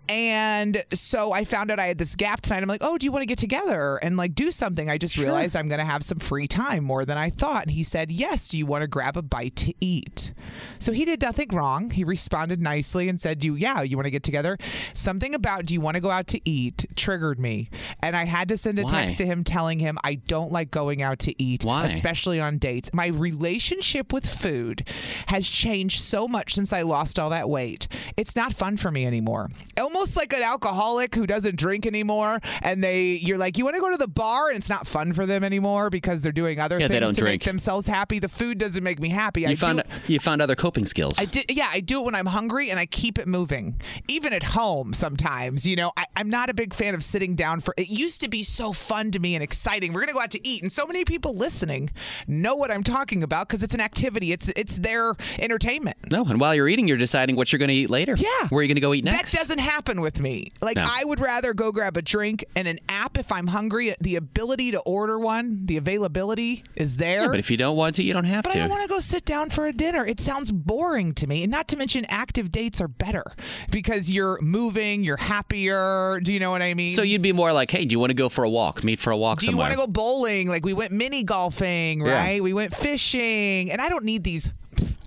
B: And so I found out I had this gap tonight. I'm like, oh, do you want to get together and like do something? I just realized I'm going to have some free time more than I thought. And he said, yes, do you want to grab a bite to eat? So he did nothing wrong. He responded nicely and said, you, yeah, you want to get together? Something about, do you want to go out to eat triggered me. And I had to send a
C: Why?
B: text to him telling him I don't like going out to eat,
C: Why?
B: especially on dates. My relationship with food has changed so much since I lost all that weight. It's not fun for me anymore. Almost like an alcoholic who doesn't drink anymore, and they you're like, you want to go to the bar, and it's not fun for them anymore because they're doing other
C: Yeah,
B: things
C: they don't
B: to
C: drink.
B: make themselves happy. The food doesn't make me happy. I
C: you found
B: do
C: you found other coping skills.
B: I did, yeah, I do it when I'm hungry and I keep it moving. Even at home, sometimes, you know, I, I'm not a big fan of sitting down for. It used to be so fun to me and exciting. We're gonna go out to eat, and so many people listening know what I'm talking about because it's an activity. It's it's their entertainment.
C: No, and while you're eating, you're deciding what you're going to eat later. Yeah. Where are you going to go eat next?
B: That doesn't happen with me. Like
C: No.
B: I would rather go grab a drink and an app if I'm hungry. The ability to order one, the availability is there.
C: Yeah, but if you don't want to, you don't have
B: But
C: to.
B: I don't want to go sit down for a dinner. It sounds boring to me. And not to mention, active dates are better because you're moving, you're happier. Do you know what I mean?
C: so you'd be more like, hey, do you want to go for a walk? Meet for a walk
B: do you
C: somewhere.
B: want to go bowling? Like we went mini golfing,
C: Yeah.
B: right? We went fishing. And I don't need these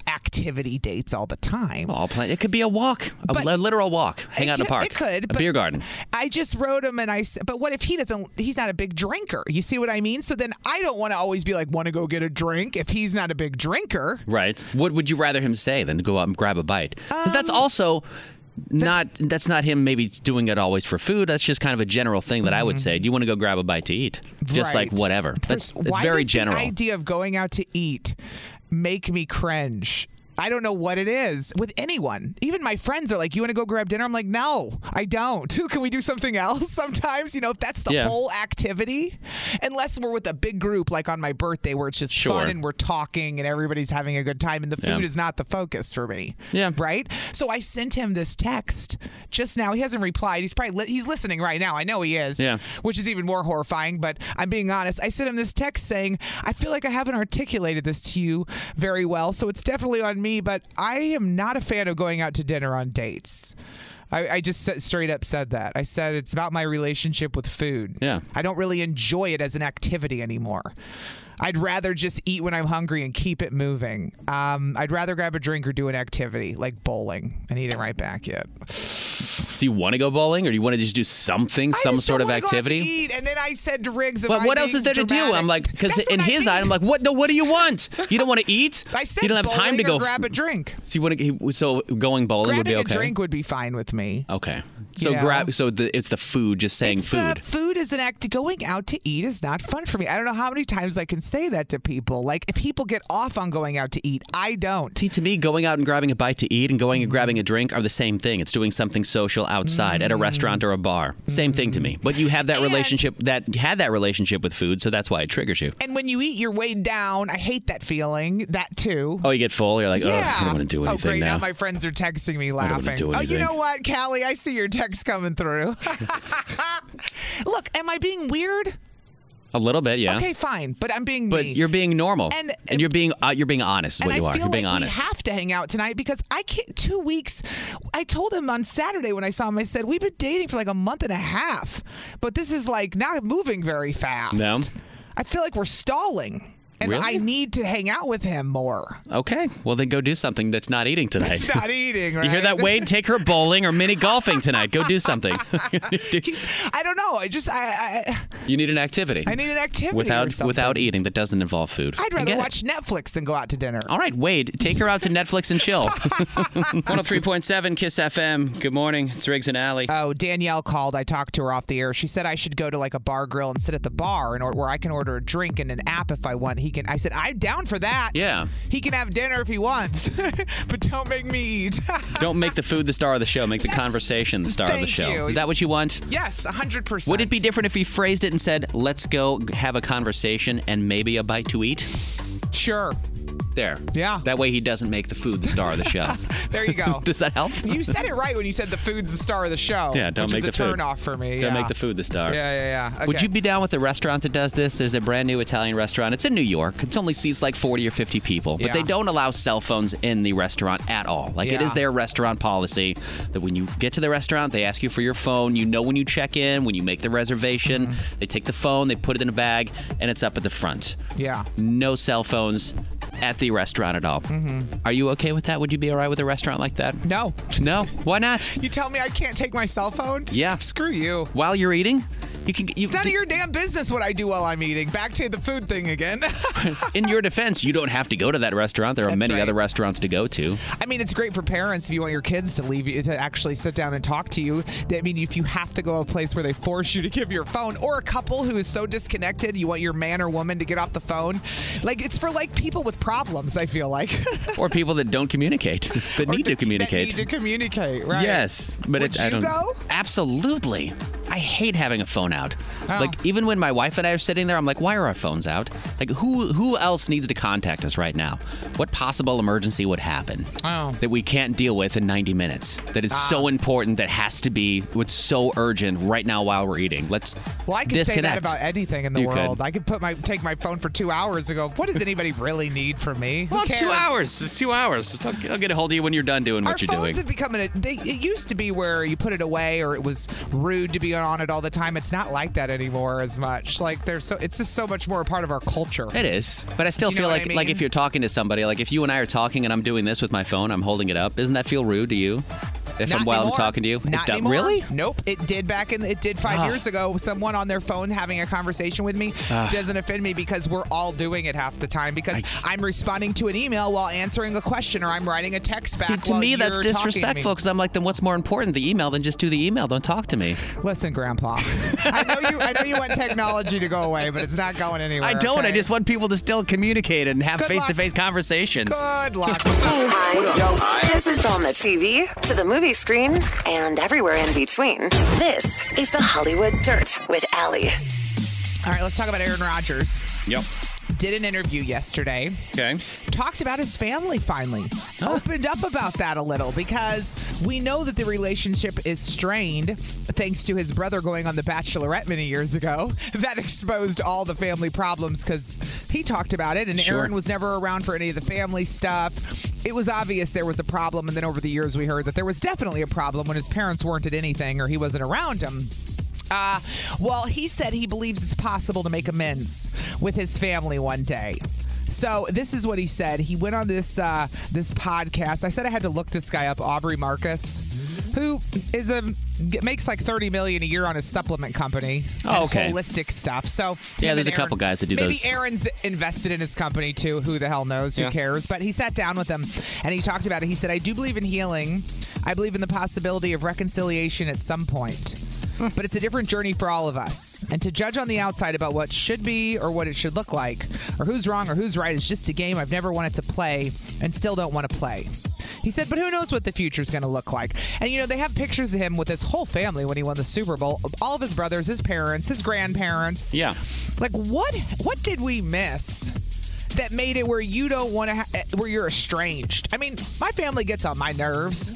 B: activity dates all the time.
C: I'll plan. It could be a walk, a li- literal walk. Hang out in a park.
B: it could,
C: A
B: but-
C: beer garden.
B: I just wrote him and I s- but what if he doesn't he's not a big drinker? You see what I mean? So then I don't want to always be like want to go get a drink if he's not a big drinker.
C: Right. What would you rather him say than to go out and grab a bite? 'Cause that's
B: Um,
C: also not that's not him maybe doing it always for food. That's just kind of a general thing that I would say. Do you want to go grab a bite to eat? Just like
B: Mm-hmm. Right.
C: whatever. That's it's
B: Why
C: very
B: does
C: general.
B: The idea of going out to eat make me cringe. I don't know what it is with anyone. Even my friends are like, "You want to go grab dinner?" I'm like, "No, I don't." Can we do something else? Sometimes, you know, if that's the
M: Yeah.
B: whole activity, unless we're with a big group, like on my birthday, where it's just
M: Sure.
B: fun and we're talking and everybody's having a good time, and the
M: Yeah.
B: food is not the focus for me.
C: Yeah.
B: Right. So I sent him this text just now. He hasn't replied. He's probably li- he's listening right now. I know he is.
C: Yeah.
B: Which is even more horrifying. But I'm being honest. I sent him this text saying, "I feel like I haven't articulated this to you very well, so it's definitely on me. But I am not a fan of going out to dinner on dates." I, I just said, straight up said that. I said it's about my relationship with food.
C: Yeah.
B: I don't really enjoy it as an activity anymore. I'd rather just eat when I'm hungry and keep it moving. Um, I'd rather grab a drink or do an activity like bowling and eat it right back yet.
C: So you want to go bowling, or do you want to just do something, some sort of
B: oh,
C: activity?
B: Eat, and then I said to Riggs, am
C: But
B: I
C: what else
B: being
C: is there to do?
B: dramatic?
C: I'm like, because in his eye, I'm like, what? No, what do you want? You don't want to eat.
B: I said
C: you don't have time
B: bowling
C: to go
B: or grab a drink.
C: So you want to? So going bowling
B: Grabbing
C: would be okay.
B: a drink would be fine with me.
C: Okay. So
B: You know?
C: grab. So the, it's the food. Just saying food.
B: The food is an act. Going out to eat is not fun for me. I don't know how many times I can say that to people. Like people get off on going out to eat. I don't. Mm-hmm.
C: See, to me, going out and grabbing a bite to eat and going and grabbing a drink are the same thing. It's doing something social outside at a restaurant
B: Mm-hmm.
C: or a bar. Same thing to me. But you have that relationship that you had that relationship with food, so that's why it triggers you.
B: And when you eat, you're weighed down. I hate that feeling. That too.
C: Oh, you get full. You're like, oh, I don't want to do
B: Oh,
C: anything
B: great. Now.
C: now.
B: my friends are texting me
C: I don't wanna
B: laughing.
C: do
B: oh, you
C: anything.
B: know what, Callie? I see your text coming through. Look, am I being weird?
C: a little bit, yeah.
B: Okay, fine. But I'm being
C: But
B: me.
C: you're being normal,
B: And-
C: and, you're being uh, you're being honest. Is
B: and
C: what you
B: I
C: are.
B: feel
C: You're being
B: like
C: honest.
B: we have to hang out tonight because I can't. Two weeks. I told him on Saturday when I saw him, I said we've been dating for like a month and a half, but this is like not moving very fast.
C: No?
B: I feel like we're stalling, and
C: Really?
B: I need to hang out with him more.
C: Okay, well then go do something that's not eating tonight.
B: It's not eating. Right?
C: You hear that, Wade? Take her bowling or mini golfing tonight. Go do something.
B: I don't know. I just I. I
C: you need an activity.
B: I need an activity or
C: without
B: something.
C: without eating that doesn't involve food.
B: I'd
C: I
B: rather
C: get it.
B: watch Netflix than go out to dinner.
C: All right, Wade, take her out to Netflix and chill. 103.7 Kiss FM. Good morning. It's Riggs and Alley.
B: Oh, Danielle called. I talked to her off the air. She said I should go to like a bar grill and sit at the bar and or- where I can order a drink and an app if I want. He can. I said I'm down for that.
C: Yeah.
B: He can have dinner if he wants, but don't make me eat.
C: Don't make the food the star of the show. Make the conversation the star of the
B: Thank
C: show.
B: you.
C: Is that what you want?
B: yes, hundred percent.
C: Would it be different if he phrased it and said, let's go have a conversation and maybe a bite to eat?
B: Sure.
C: There.
B: Yeah.
C: That way he doesn't make the food the star of the show.
B: There you go.
C: Does that help?
B: You said it right when you said the food's the star of the show.
C: Yeah, don't
B: Oh, which
C: make
B: is
C: the
B: a
C: food.
B: turn off for me.
C: Don't
B: yeah.
C: make the food the star.
B: Yeah, yeah, yeah.
C: Would
B: Okay.
C: you be down with a restaurant that does this? There's a brand new Italian restaurant. It's in New York. It's only seats like 40 or 50 people, but
B: Yeah.
C: they don't allow cell phones in the restaurant at all. Like it
B: Yeah.
C: is their restaurant policy that when you get to the restaurant, they ask you for your phone. You know when you check in, when you make the reservation,
B: Mm-hmm.
C: they take the phone, they put it in a bag, and it's up at the front.
B: Yeah.
C: No cell phones at the restaurant at all. Are you okay with that? Would you be all right with a restaurant like that?
B: Mm-hmm. No.
C: No. Why not?
B: You tell me I can't take my cell phone?
C: Yeah.
B: Screw you.
C: While you're eating, you can. You,
B: It's none of your damn business what I do while I'm eating. Back to the food thing again.
C: in your defense, you don't have to go to that restaurant. There are
B: That's
C: many
B: right.
C: other restaurants to go to.
B: I mean, it's great for parents if you want your kids to leave you to actually sit down and talk to you. I mean, if you have to go to a place where they force you to give your phone, or a couple who is so disconnected, you want your man or woman to get off the phone. Like it's for like people with problems. I feel like
C: or people that don't communicate, that need to communicate.
B: need to communicate, right?
C: Yes, but
B: Would
C: it, I
B: you
C: don't.
B: go?
C: Absolutely. I hate having a phone out.
B: Oh.
C: Like even when my wife and I are sitting there, I'm like, why are our phones out? Like who who else needs to contact us right now? What possible emergency would happen
B: oh. Ah.
C: that we can't deal with in 90 minutes? That is so important. That has to be what's so urgent right now while we're eating. Let's
B: Well, I could say that
C: disconnect.
B: about anything in the
C: You could.
B: world. I could put my take my phone for two hours and go. What does anybody really need from me? Who
C: Well, it's two
B: cares?
C: hours. It's two hours. I'll, I'll get a hold of you when you're done doing what
B: Our
C: you're doing.
B: phones have become an. They, it used to be where you put it away, or it was rude to be on it all the time. It's not like that anymore as much. Like there's so. It's just so much more a part of our culture.
C: It is, but I still
B: Do you know
C: feel
B: what
C: like
B: I
C: like
B: mean?
C: if you're talking to somebody, like if you and I are talking and I'm doing this with my phone, I'm holding it up. Doesn't that feel rude to you? If
B: Not
C: I'm wild and
B: anymore.
C: talking to you, It
B: Not
C: don't-
B: anymore.
C: really?
B: Nope. It did back in. It did five
C: Ah.
B: years ago. Someone on their phone having a conversation with me
C: Ah.
B: doesn't offend me because we're all doing it half the time. Because I, am responding to an email while answering a question or I'm writing a text back.
C: See, to
B: while
C: me, that's
B: you're talking to me.
C: disrespectful because I'm like, then what's more important, the email? Then just do the email. Don't talk to me.
B: Listen, Grandpa. I know you. I know you want technology to go away, but it's not going anywhere.
C: I don't.
B: okay?
C: I just want people to still communicate and have face to face conversations.
B: Good luck.
A: Hi. This is on the TV, to the movie screen, and everywhere in between. This is the Hollywood Dirt with Allie.
B: All right, let's talk about Aaron Rodgers.
C: Yep.
B: Did an interview yesterday.
C: Okay.
B: Talked about his family finally. Opened up about that a little because we know that the relationship is strained thanks to his brother going on The Bachelorette many years ago. That exposed all the family problems because he talked about it and
M: Sure.
B: Aaron was never around for any of the family stuff. It was obvious there was a problem. And then over the years, we heard that there was definitely a problem when his parents weren't at anything or he wasn't around him. Uh, well, he said he believes it's possible to make amends with his family one day. So this is what he said. He went on this uh, this podcast. I said I had to look this guy up, Aubrey Marcus, who is a makes like thirty million a year on his supplement company.
C: Oh,
B: and
C: okay.
B: Holistic stuff. So
C: Yeah,
B: him
C: there's
B: and
C: a couple guys that do
B: maybe
C: those.
B: Aaron's invested in his company too. Who the hell knows? Who
C: Yeah.
B: cares? But he sat down with him and he talked about it. He said, "I do believe in healing. I believe in the possibility of reconciliation at some point." But it's a different journey for all of us. And to judge on the outside about what should be or what it should look like, or who's wrong or who's right, is just a game I've never wanted to play and still don't want to play. He said, but who knows what the future's going to look like? And you know, they have pictures of him with his whole family when he won the Super Bowl, all of his brothers, his parents, his grandparents.
C: Yeah.
B: Like what what did we miss? That made it where you don't want to, ha- eh, where you're estranged. I mean, my family gets on my nerves,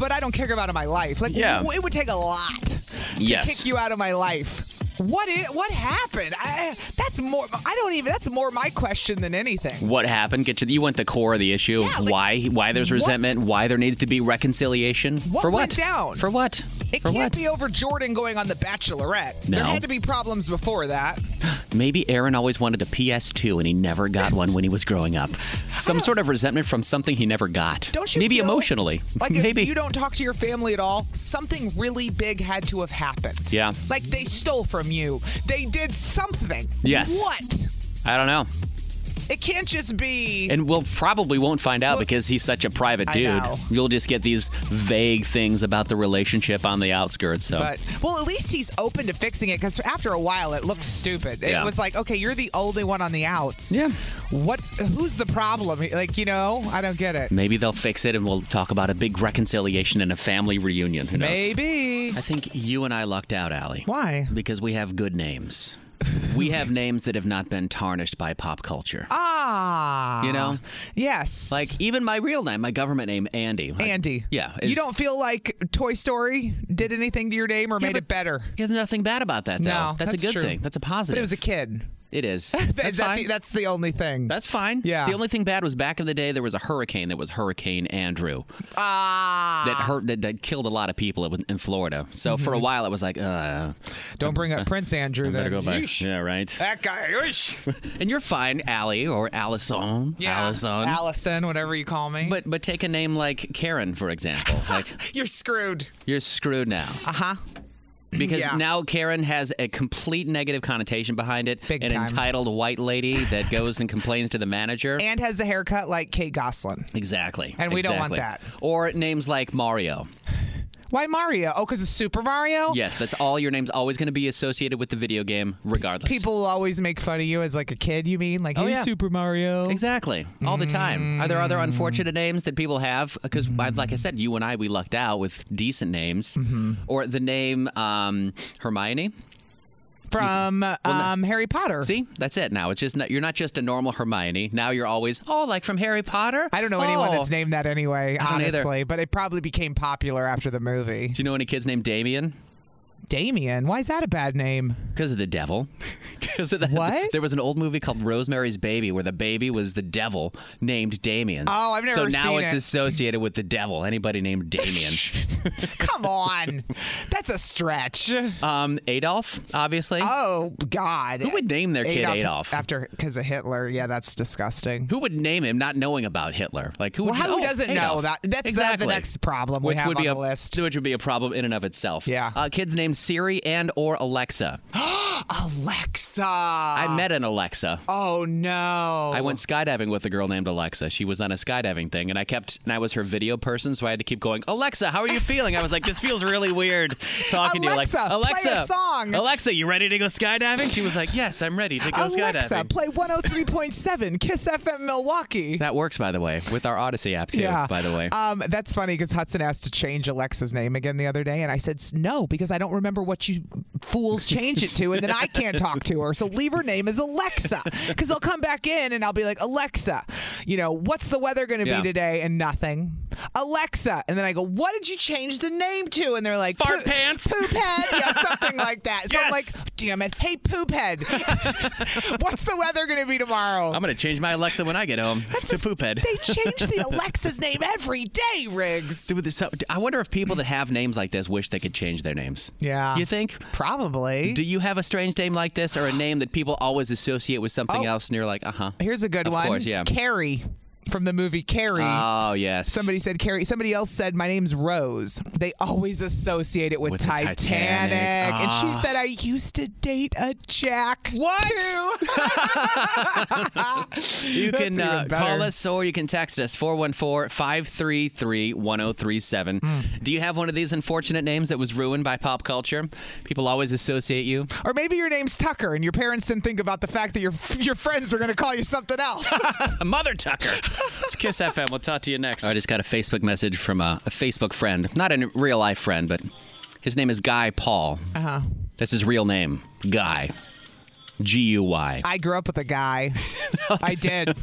B: but I don't care about my life. Like,
C: Yeah.
B: w- it would take a lot to
C: Yes.
B: kick you out of my life. What i- what happened? I, that's more. I don't even. That's more my question than anything.
C: What happened? Get to you want the core of the issue of why why there's
B: what-
C: resentment, why there needs to be reconciliation.
B: What
C: For what?
B: went down?
C: For what?
B: It
C: For
B: can't
C: what?
B: be over Jordan going on the Bachelorette. There
C: No.
B: had to be problems before that.
C: Maybe Aaron always wanted a PS2 and he never got one when he was growing up. Some sort of resentment from something he never got.
B: Don't you
C: Maybe
B: feel
C: emotionally.
B: Like
C: Maybe.
B: if you don't talk to your family at all, something really big had to have happened.
C: yeah.
B: Like they stole from you. They did something.
C: Yes.
B: What?
C: I don't know.
B: It can't just be.
C: And we'll probably won't find out because he's such a private
B: I
C: dude.
B: know.
C: You'll just get these vague things about the relationship on the outskirts. So
B: But well, at least he's open to fixing it because after a while it looked stupid. It
C: Yeah.
B: was like, okay, you're the only one on the outs. Yeah. What's who's the problem? Like you know, I don't get it.
C: maybe they'll fix it and we'll talk about a big reconciliation and a family reunion. Who knows?
B: Maybe.
C: I think you and I lucked out, Allie.
B: Why?
C: Because we have good names. we have names that have not been tarnished by pop culture.
B: Ah.
C: You know?
B: Yes.
C: Like even my real name, my government name, Andy. Like,
B: Andy.
C: Yeah.
B: You
C: is-
B: don't feel like Toy Story did anything to your name or made it better.
C: There's nothing bad about that, though.
B: No,
C: That's a good
B: true.
C: thing. That's a
B: But it was
C: positive.
B: a kid.
C: It is.
B: That's, that the, that's the only thing.
C: That's fine.
B: Yeah.
C: The only thing bad was back in the day there was a hurricane that was Hurricane Andrew.
B: Ah.
C: That hurt that, that killed a lot of people it was in Florida. So for a
B: Mhm.
C: while it was like, uh
B: Don't bring up Prince Andrew.
C: I better go
B: then.
C: back.
B: Yeesh.
C: Yeah, right.
B: That guy. yeesh.
C: And you're fine, Allie or Allison.
B: Yeah.
C: Allison.
B: Allison, whatever you call me.
C: But but take a name like Karen, for example. Like
B: You're screwed.
C: you're screwed now.
B: Uh huh.
C: Because
B: Yeah.
C: now Karen has a complete negative connotation behind it. an
B: time.
C: entitled white lady that goes and complains to the manager.
B: And has a haircut like Kate Goslin.
C: Exactly.
B: And we don't want
C: exactly. Or names like Mario.
B: Why Mario? Oh, because it's Super Mario?
C: Yes, that's all your name's always going to be associated with the video game, regardless.
B: People will always make fun of you as like a kid, you mean? Like,
C: Oh,
B: hey,
C: yeah.
B: Super Mario.
C: Exactly. All the time. Are there
B: Mm.
C: other unfortunate names that people have? Because, like I said, you and I, we lucked out with decent names.
B: Mm-hmm.
C: Or the name um, Hermione.
B: From um, Harry Potter.
C: See, that's it. Now it's just not, you're not just a normal Hermione. Now you're always oh, like from Harry Potter.
B: I don't know anyone
C: Oh.
B: that's named that anyway,
C: I don't either.
B: honestly, but it probably became popular after the movie.
C: Do you know any kids named Damien?
B: Damien? Why is that a bad name?
C: Because of the devil. Because of that.
B: What?
C: There was an old movie called Rosemary's Baby where the baby was the devil named Damien.
B: Oh, I've
C: So
B: never
C: now
B: seen
C: it's
B: it.
C: associated with the devil. Anybody named Damien.
B: Come on. That's a stretch.
C: Um, Adolf, obviously.
B: Oh, God.
C: Who would name their kid Adolf?
B: After, because of Hitler. Yeah, that's disgusting.
C: Who would name him not knowing about Hitler? Like who?
B: Well,
C: would,
B: how
C: oh,
B: doesn't
C: Adolf.
B: know that? That's the- the
C: exactly.
B: next problem we
C: which
B: have
C: would be
B: on
C: a,
B: the list.
C: Which would be a problem in and of itself. Yeah. Uh, kids named Siri and or Alexa.
B: Alexa.
C: I met an Alexa.
B: Oh no!
C: I went skydiving with a girl named Alexa. She was on a skydiving thing, and I kept and I was her video person, so I had to keep going. Alexa, how are you feeling? I was like, this feels really weird talking to you. Like
B: Alexa,
C: Alexa,
B: play a song."
C: Alexa, you ready to go skydiving? She was like, yes, I'm ready to go
B: Alexa,
C: skydiving.
B: play 103.7 Kiss FM Milwaukee.
C: That works, by the way, with our Odyssey app too.
B: Yeah.
C: By the way.
B: Um, that's funny because Hudson asked to change Alexa's name again the other day, and I said "S- no because I don't remember what you fools change it to, and then I can't talk to her. So leave her name as Alexa because I'll come back in and I'll be like Alexa, you know, what's the weather going to
C: Yeah.
B: be today? And nothing. Alexa, and then I go, what did you change the name to? And they're like
C: Fart
B: "Poo-
C: pants."
B: poop head, yeah, something like that. So I'm
C: Yes.
B: like, damn it, hey poop head, what's the weather going to be tomorrow?
C: I'm gonna change my Alexa when I get home to poophead.
B: They change the Alexa's name every day, Riggs.
C: Dude, this- so- I wonder if people that have names like this wish they could change their names.
B: Yeah.
C: You think?
B: Probably.
C: Do you have a strange name like this or a name that people always associate with something else and you're like, uh huh?
B: Oh. Here's a good
C: of
B: one.
C: course, yeah.
B: Carrie from the movie Carrie.
C: Oh, yes.
B: Somebody said Carrie. Somebody else said my name's Rose. They always associate it with,
C: With the
B: Titanic.
C: Titanic.
B: And she
C: Ah.
B: said I used to date a Jack. What?
C: you
B: That's
C: can
B: even
C: uh,
B: better.
C: call us or you can text us 414 533 1037. Do you have one of these unfortunate names that was ruined by pop culture? People always associate you.
B: Or maybe your name's Tucker, and your parents didn't think about the fact that your your friends are going to call you something else.
C: Mother Tucker. It's Kiss FM. We'll talk to you next. I just got a Facebook message from a, a Facebook friend, not a real life friend, but his name is Guy Paul.
B: Uh huh.
C: That's his real name, Guy. G U Y.
B: I grew up with a guy. I did.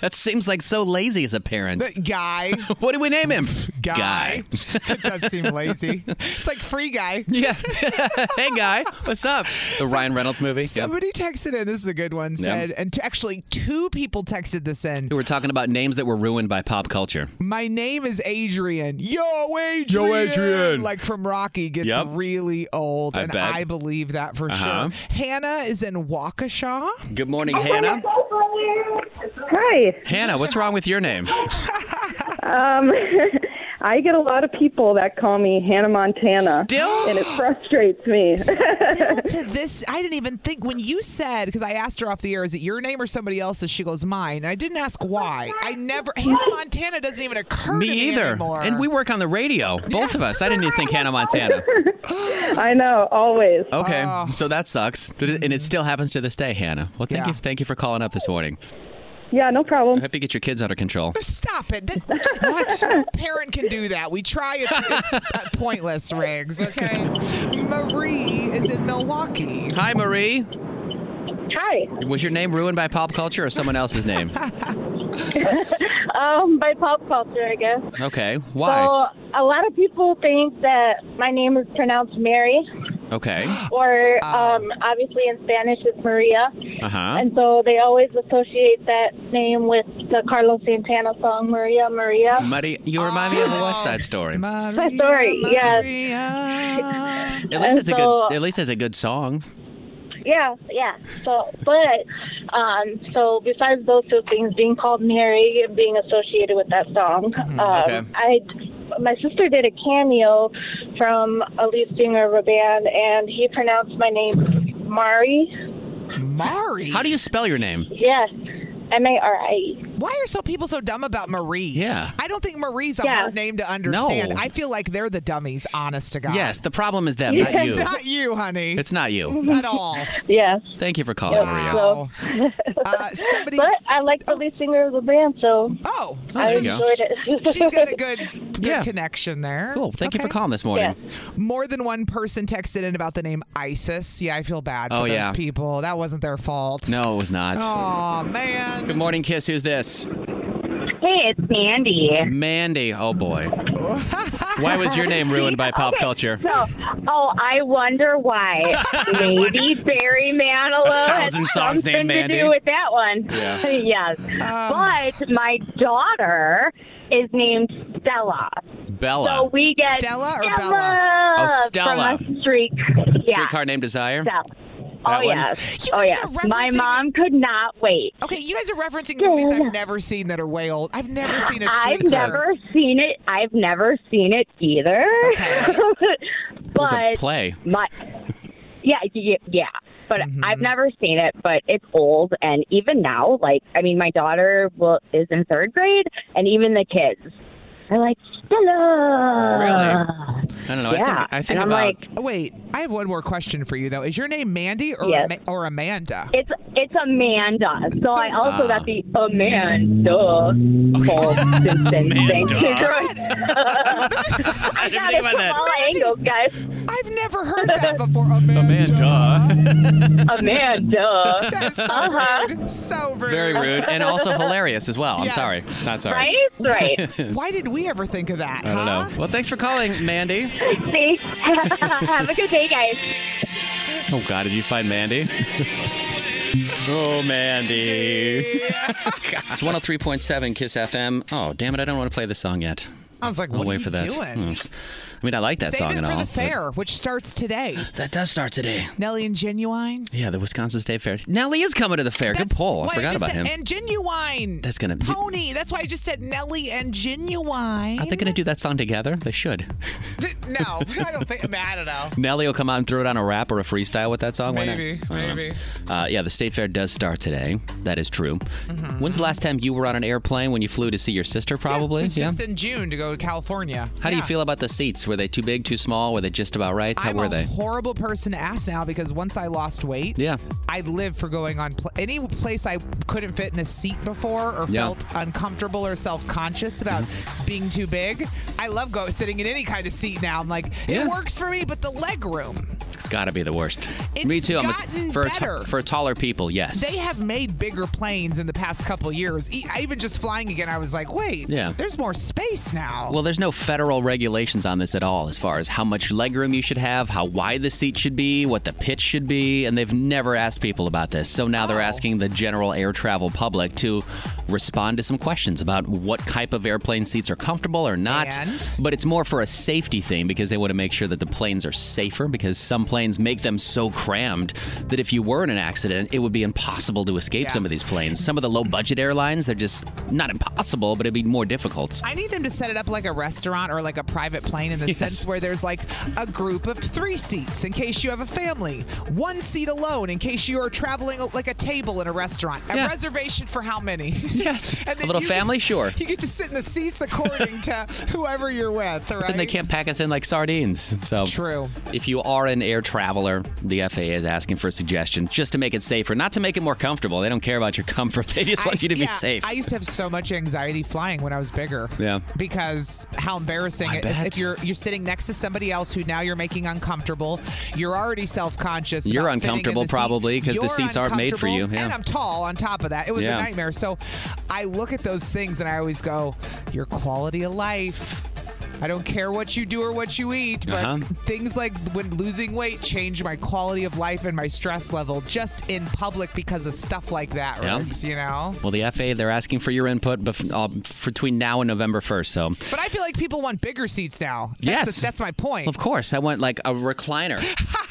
C: That seems like so lazy as a parent.
B: That guy.
C: What do we name him?
B: Guy.
C: Guy.
B: it does seem lazy. It's like free guy.
C: Yeah. hey, guy. What's up? The Ryan Reynolds movie. Yeah.
B: Somebody texted in. This is a good one.
C: Yeah.
B: Said, and t- actually, two people texted this in.
C: We were talking about names that were ruined by pop culture.
B: My name is Adrian. Yo, Adrian.
C: Yo, Adrian.
B: Like from Rocky gets
C: Yep.
B: really old,
C: I
B: and
C: bet.
B: I believe that for
C: Uh-huh.
B: sure. Hannah is in Waukesha.
C: Good morning, Hannah.
M: Hi.
C: Hannah, what's wrong with your name?
M: Um, I get a lot of people that call me Hannah Montana.
B: Still?
M: And it frustrates me.
B: Still to this, I didn't even think when you said because I asked her off the air, is it your name or somebody else's? She goes mine. And I didn't ask why. I never Hannah Montana doesn't even occur
C: me
B: to me
C: either.
B: anymore.
C: And we work on the radio, both of us. I didn't even think Hannah Montana.
M: I know, always.
C: Okay,
B: Oh.
C: so that sucks, Did it- and it still happens to this day, Hannah. Well, thank you, thank you for calling up this morning.
M: Yeah, no problem.
C: I hope you get your kids under control.
B: Stop it. That, what? No parent can do that. We try. It's, it's uh, pointless, Riggs, okay? Marie is in Milwaukee.
C: Hi, Marie.
M: Hi.
C: Was your name ruined by pop culture or someone else's name?
O: um, by pop culture, I guess.
C: Okay, why?
O: So a lot of people think that my name is pronounced Mary,
C: Okay.
O: or um, obviously in Spanish it's Maria,
C: Uh huh.
O: and so they always associate that name with the Carlos Santana song Maria Maria.
C: Marie, you remind me of a West Side Story.
O: Sorry, yes.
C: At least
O: And
C: it's a
O: so-
C: good. At least it's a good song.
O: Yeah, yeah. So, but um, so besides those two things, being called Mary and being associated with that song,
C: Mhm,
O: um,
C: okay.
O: I my sister did a cameo from a lead singer of a band, and he pronounced my name Mari.
B: Mari.
C: How do you spell your name?
O: Yes, M A R I E.
B: Why are so people so dumb about Marie?
C: Yeah.
B: I don't think Marie's a hard name to understand. I feel like they're the dummies, honest to God.
C: Yes, the problem is them, not you.
B: Not you, honey.
C: It's not you.
B: At all.
O: Yes.
C: Thank you for calling, Maria.
O: So,
B: Uh,
O: but I like the lead singer of the band, so
B: oh,
O: I
C: there you go.
O: enjoyed it.
B: She's got a good, good connection there.
C: Cool. Thank you for calling this morning.
B: More than one person texted in about the name Isis. Yeah, I feel bad for
C: Oh,
B: those
C: yeah.
B: people. That wasn't their fault.
C: No, it was not.
P: Oh.
B: Aw, man.
C: Good morning, Kiss. Who's this?
P: Hey, it's Mandy.
C: Mandy. Oh boy. Why was your name ruined by pop
P: Okay,
C: culture?
P: So, oh, I wonder why. Maybe Barry Manilow
C: A
P: has
C: thousand songs
P: something
C: named
P: to
C: Mandy.
P: do with that one.
C: Yeah.
P: yes. but my daughter is named Stella. So
C: Bella.
P: we get
B: Stella
P: or Bella?
C: Oh, Stella.
P: From a streak. Yeah.
C: Streetcar named Desire.
P: Stella.
C: That
P: Oh
C: one?
P: yes. Oh yes. My mom could not wait.
B: Okay, you guys are referencing movies I've never seen that are way old. I've never seen a street
P: I've never seen it. I've never seen it either.
C: was a
P: but
C: play.
P: My, yeah, y- yeah. But
B: Mm-hmm.
P: I've never seen it. But it's old, and even now, like I mean, my daughter will is in third grade, and even the kids are like Stella.
B: Really?
C: I don't
B: know. I Yeah. think- I
P: and
B: think
P: I'm
B: about-
P: like,
B: Oh, Wait, I have one more question for you though. Is your name Mandy or
P: Yes.
B: Ama- or Amanda?
P: it's it's Amanda. So, I also
B: Ah.
P: got the Amanda Paul Simpson thing. I
B: didn't
P: got
B: think
P: it
B: about
P: from
B: that.
P: all angles, guys.
B: I've never heard that before. Amanda.
P: Amanda.
B: That's so
P: Uh-huh.
B: rude. So rude.
C: Very rude and also hilarious as well. I'm sorry. Not sorry.
B: Why did we ever think of that?
C: I don't know. Well, thanks for calling, Mandy.
P: Thanks. Have a good day, guys.
C: Oh God, did you find Mandy? oh Mandy. it's 103.7 Kiss FM. Oh damn it, I don't want to play this song yet.
B: I was like,
C: I'll
B: what
C: wait
B: are you
C: for that.
B: doing?
C: Mm. I mean, I like that
B: Save
C: song
B: it
C: and
B: for
C: all.
B: the
C: but-
B: fair, which starts today.
C: That does start today.
B: Nelly and Genuine.
C: Yeah, the Wisconsin State Fair. Nelly is coming to the fair. Good poll. Oh, I
B: Why
C: forgot
B: just
C: about
B: said-
C: him.
B: And Genuine.
C: That's gonna be.
B: Pony. That's why I just said Nelly and Genuine.
C: Are they gonna do that song together? They should.
B: no, I don't think. I, mean, I don't know.
C: Nelly will come out and throw down a rap or a freestyle with that song. Why not?
B: Maybe,
C: I don't
B: maybe.
C: know. Uh, yeah, the state fair does start today. That is true.
B: Mm-hmm.
C: When's the last time you were on an airplane when you flew to see your sister? Probably.
B: It's just in June to go to California.
C: How do you
B: Yeah.
C: feel about the seats? Were they too big, too small? Were they just about right? How
B: I'm
C: were
B: a
C: they?
B: horrible person to ask now because once I lost weight,
C: Yeah.
B: I live for going on pl- any place I couldn't fit in a seat before or
C: Yeah. Mm-hmm.
B: felt uncomfortable or self-conscious about being too big. I love go sitting in any kind of seat now. I'm like, it works for me, but the leg room.
C: It's got to be the worst.
B: It's
C: Me too.
B: gotten
C: for
B: better.
C: for taller people, yes.
B: They have made bigger planes in the past couple years. E- even just flying again, I was like, wait,
C: Yeah.
B: there's more space now.
C: well, there's no federal regulations on this at all as far as how much legroom you should have, how wide the seat should be, what the pitch should be, and they've never asked people about this. So now they're asking the general air travel public to respond to some questions about what type of airplane seats are comfortable or not.
B: And?
C: But it's more for a safety thing because they want to make sure that the planes are safer because some planes make them so crammed that if you were in an accident, it would be impossible to escape some of these planes. Some of the low budget airlines, they're just not impossible, but it'd be more difficult.
B: I need them to set it up like a restaurant or like a private plane in the
C: Yes.
B: sense where there's like a group of three seats in case you have a family, one seat alone in case you are traveling like a table in a restaurant, a reservation for how many?
C: Yes.
B: and
C: a little
B: you-
C: family, sure.
B: You get to sit in the seats according to whoever you're with, right?
C: But then they can't pack us in like sardines. So
B: true.
C: If you are an air traveler, the FAA is asking for suggestions just to make it safer, not to make it more comfortable. They don't care about your comfort. They just want you to
B: yeah,
C: be safe.
B: I used to have so much anxiety flying when I was bigger.
C: Yeah.
B: Because how embarrassing
C: I
B: it is
C: bet.
B: if you're you're sitting next to somebody else who now you're making uncomfortable. You're already self conscious.
C: You're uncomfortable probably because the seats aren't made for you.
B: And
C: Yeah.
B: I'm tall on top of that. It was
C: Yeah.
B: a nightmare. So I look at those things and I always go, your quality of life. I don't care what you do or what you eat, but
C: Uh-huh.
B: things like when losing weight change my quality of life and my stress level just in public because of stuff like that,
C: Yeah.
B: Riggs, you know?
C: Well, the FAA, they're asking for your input bef- uh, between now and November 1st. So,
B: But I feel like people want bigger seats now. That's
C: yes.
B: the- that's my point.
C: Of course. I want like a recliner.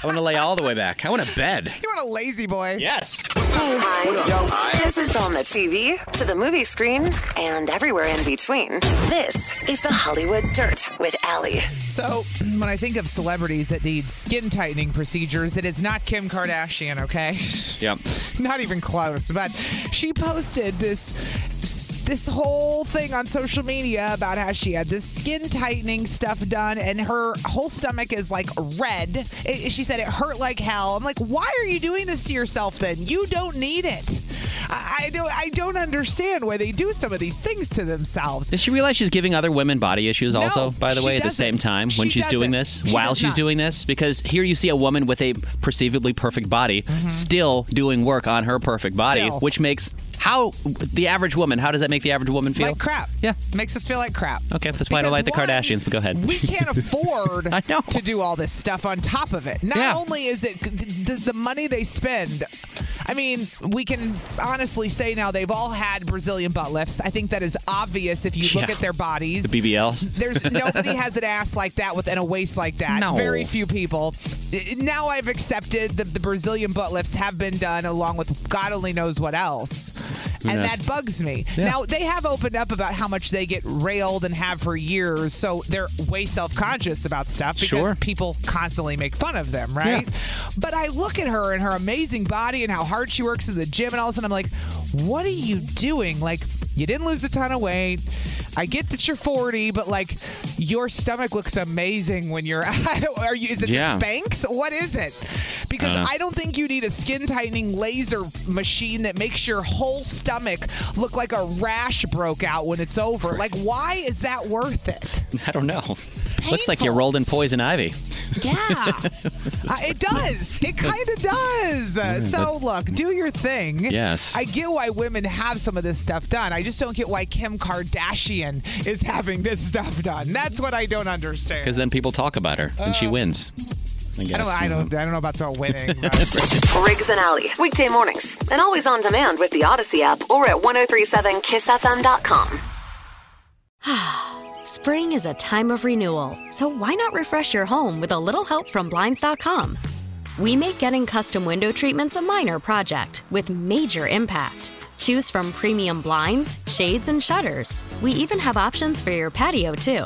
C: I want to lay all the way back. I want a bed.
B: You want a lazy boy?
C: Yes.
A: Hi. This is on the TV, to the movie screen, and everywhere in between. This is the Hollywood Dirt with Allie.
B: So, when I think of celebrities that need skin tightening procedures, it is not Kim Kardashian, okay?
C: Yep.
B: Not even close, but she posted this this whole thing on social media about how she had this skin tightening stuff done and her whole stomach is like red. It- she said it hurt like hell. I'm like, "Why are you doing this to yourself then? You don't need it." I I don't I don't understand why they do some of these things to themselves.
C: Does she realize she's giving other women body issues also, by the
B: she
C: way, at the
B: doesn't.
C: same time when
B: She
C: she's doing this,
B: doesn't. She
C: while
B: does
C: she's
B: not.
C: doing this? Because here you see a woman with a perceivably perfect body still doing work on her perfect body,
B: Mm-hmm. Still.
C: which makes How the average woman? How does that make the average woman feel?
B: Like crap.
C: Yeah.
B: Makes us feel like crap.
C: Okay, that's why I don't like the Kardashians. But go ahead.
B: we can't afford to do all this stuff on top of it. Not
C: Yeah.
B: only is it th- th- the money they spend. I mean, we can honestly say now they've all had Brazilian butt lifts. I think that is obvious if you look
C: Yeah.
B: at their bodies.
C: The BBLs.
B: There's nobody has an ass like that with and a waist like that.
C: No.
B: Very few people. I- Now I've accepted that the Brazilian butt lifts have been done along with God only knows what else.
Q: Who
B: and
Q: knows?
B: that bugs me.
Q: Yeah.
B: Now they have opened up about how much they get railed and have for years, so they're way self conscious about stuff because
C: Sure.
B: people constantly make fun of them, right? But I look at her and her amazing body and how hard she works in the gym and all of a sudden I'm like, what are you doing? Like you didn't lose a ton of weight. I get that you're 40, but like your stomach looks amazing when you're. Are you? Is it
C: Yeah. Uh-huh.
B: the Spanx? What is it? Because
C: dunno.
B: I don't think you need a skin tightening laser machine that makes your whole stomach look like a rash broke out when it's over. Like, why is that worth it?
C: I don't know. Looks like you're rolled in poison ivy.
B: Yeah. Uh, it does. It kind of does. Uh,
C: Mm,
B: so
C: but-
B: look, do your thing.
C: Yes.
B: I get why women have some of this stuff done. I just don't get why Kim Kardashian is having this stuff done. That's what I don't understand.
C: Because then people talk about her and she wins. I guess.
B: Uh. I don't, I don't. I don't know about so winning.
A: Riggs and Alley, weekday mornings, and always on demand with the Odyssey app or at 1037kissfm.com.
R: Spring is a time of renewal, so why not refresh your home with a little help from Blinds.com? We make getting custom window treatments a minor project with major impact. Choose from premium blinds, shades, and shutters. We even have options for your patio, too.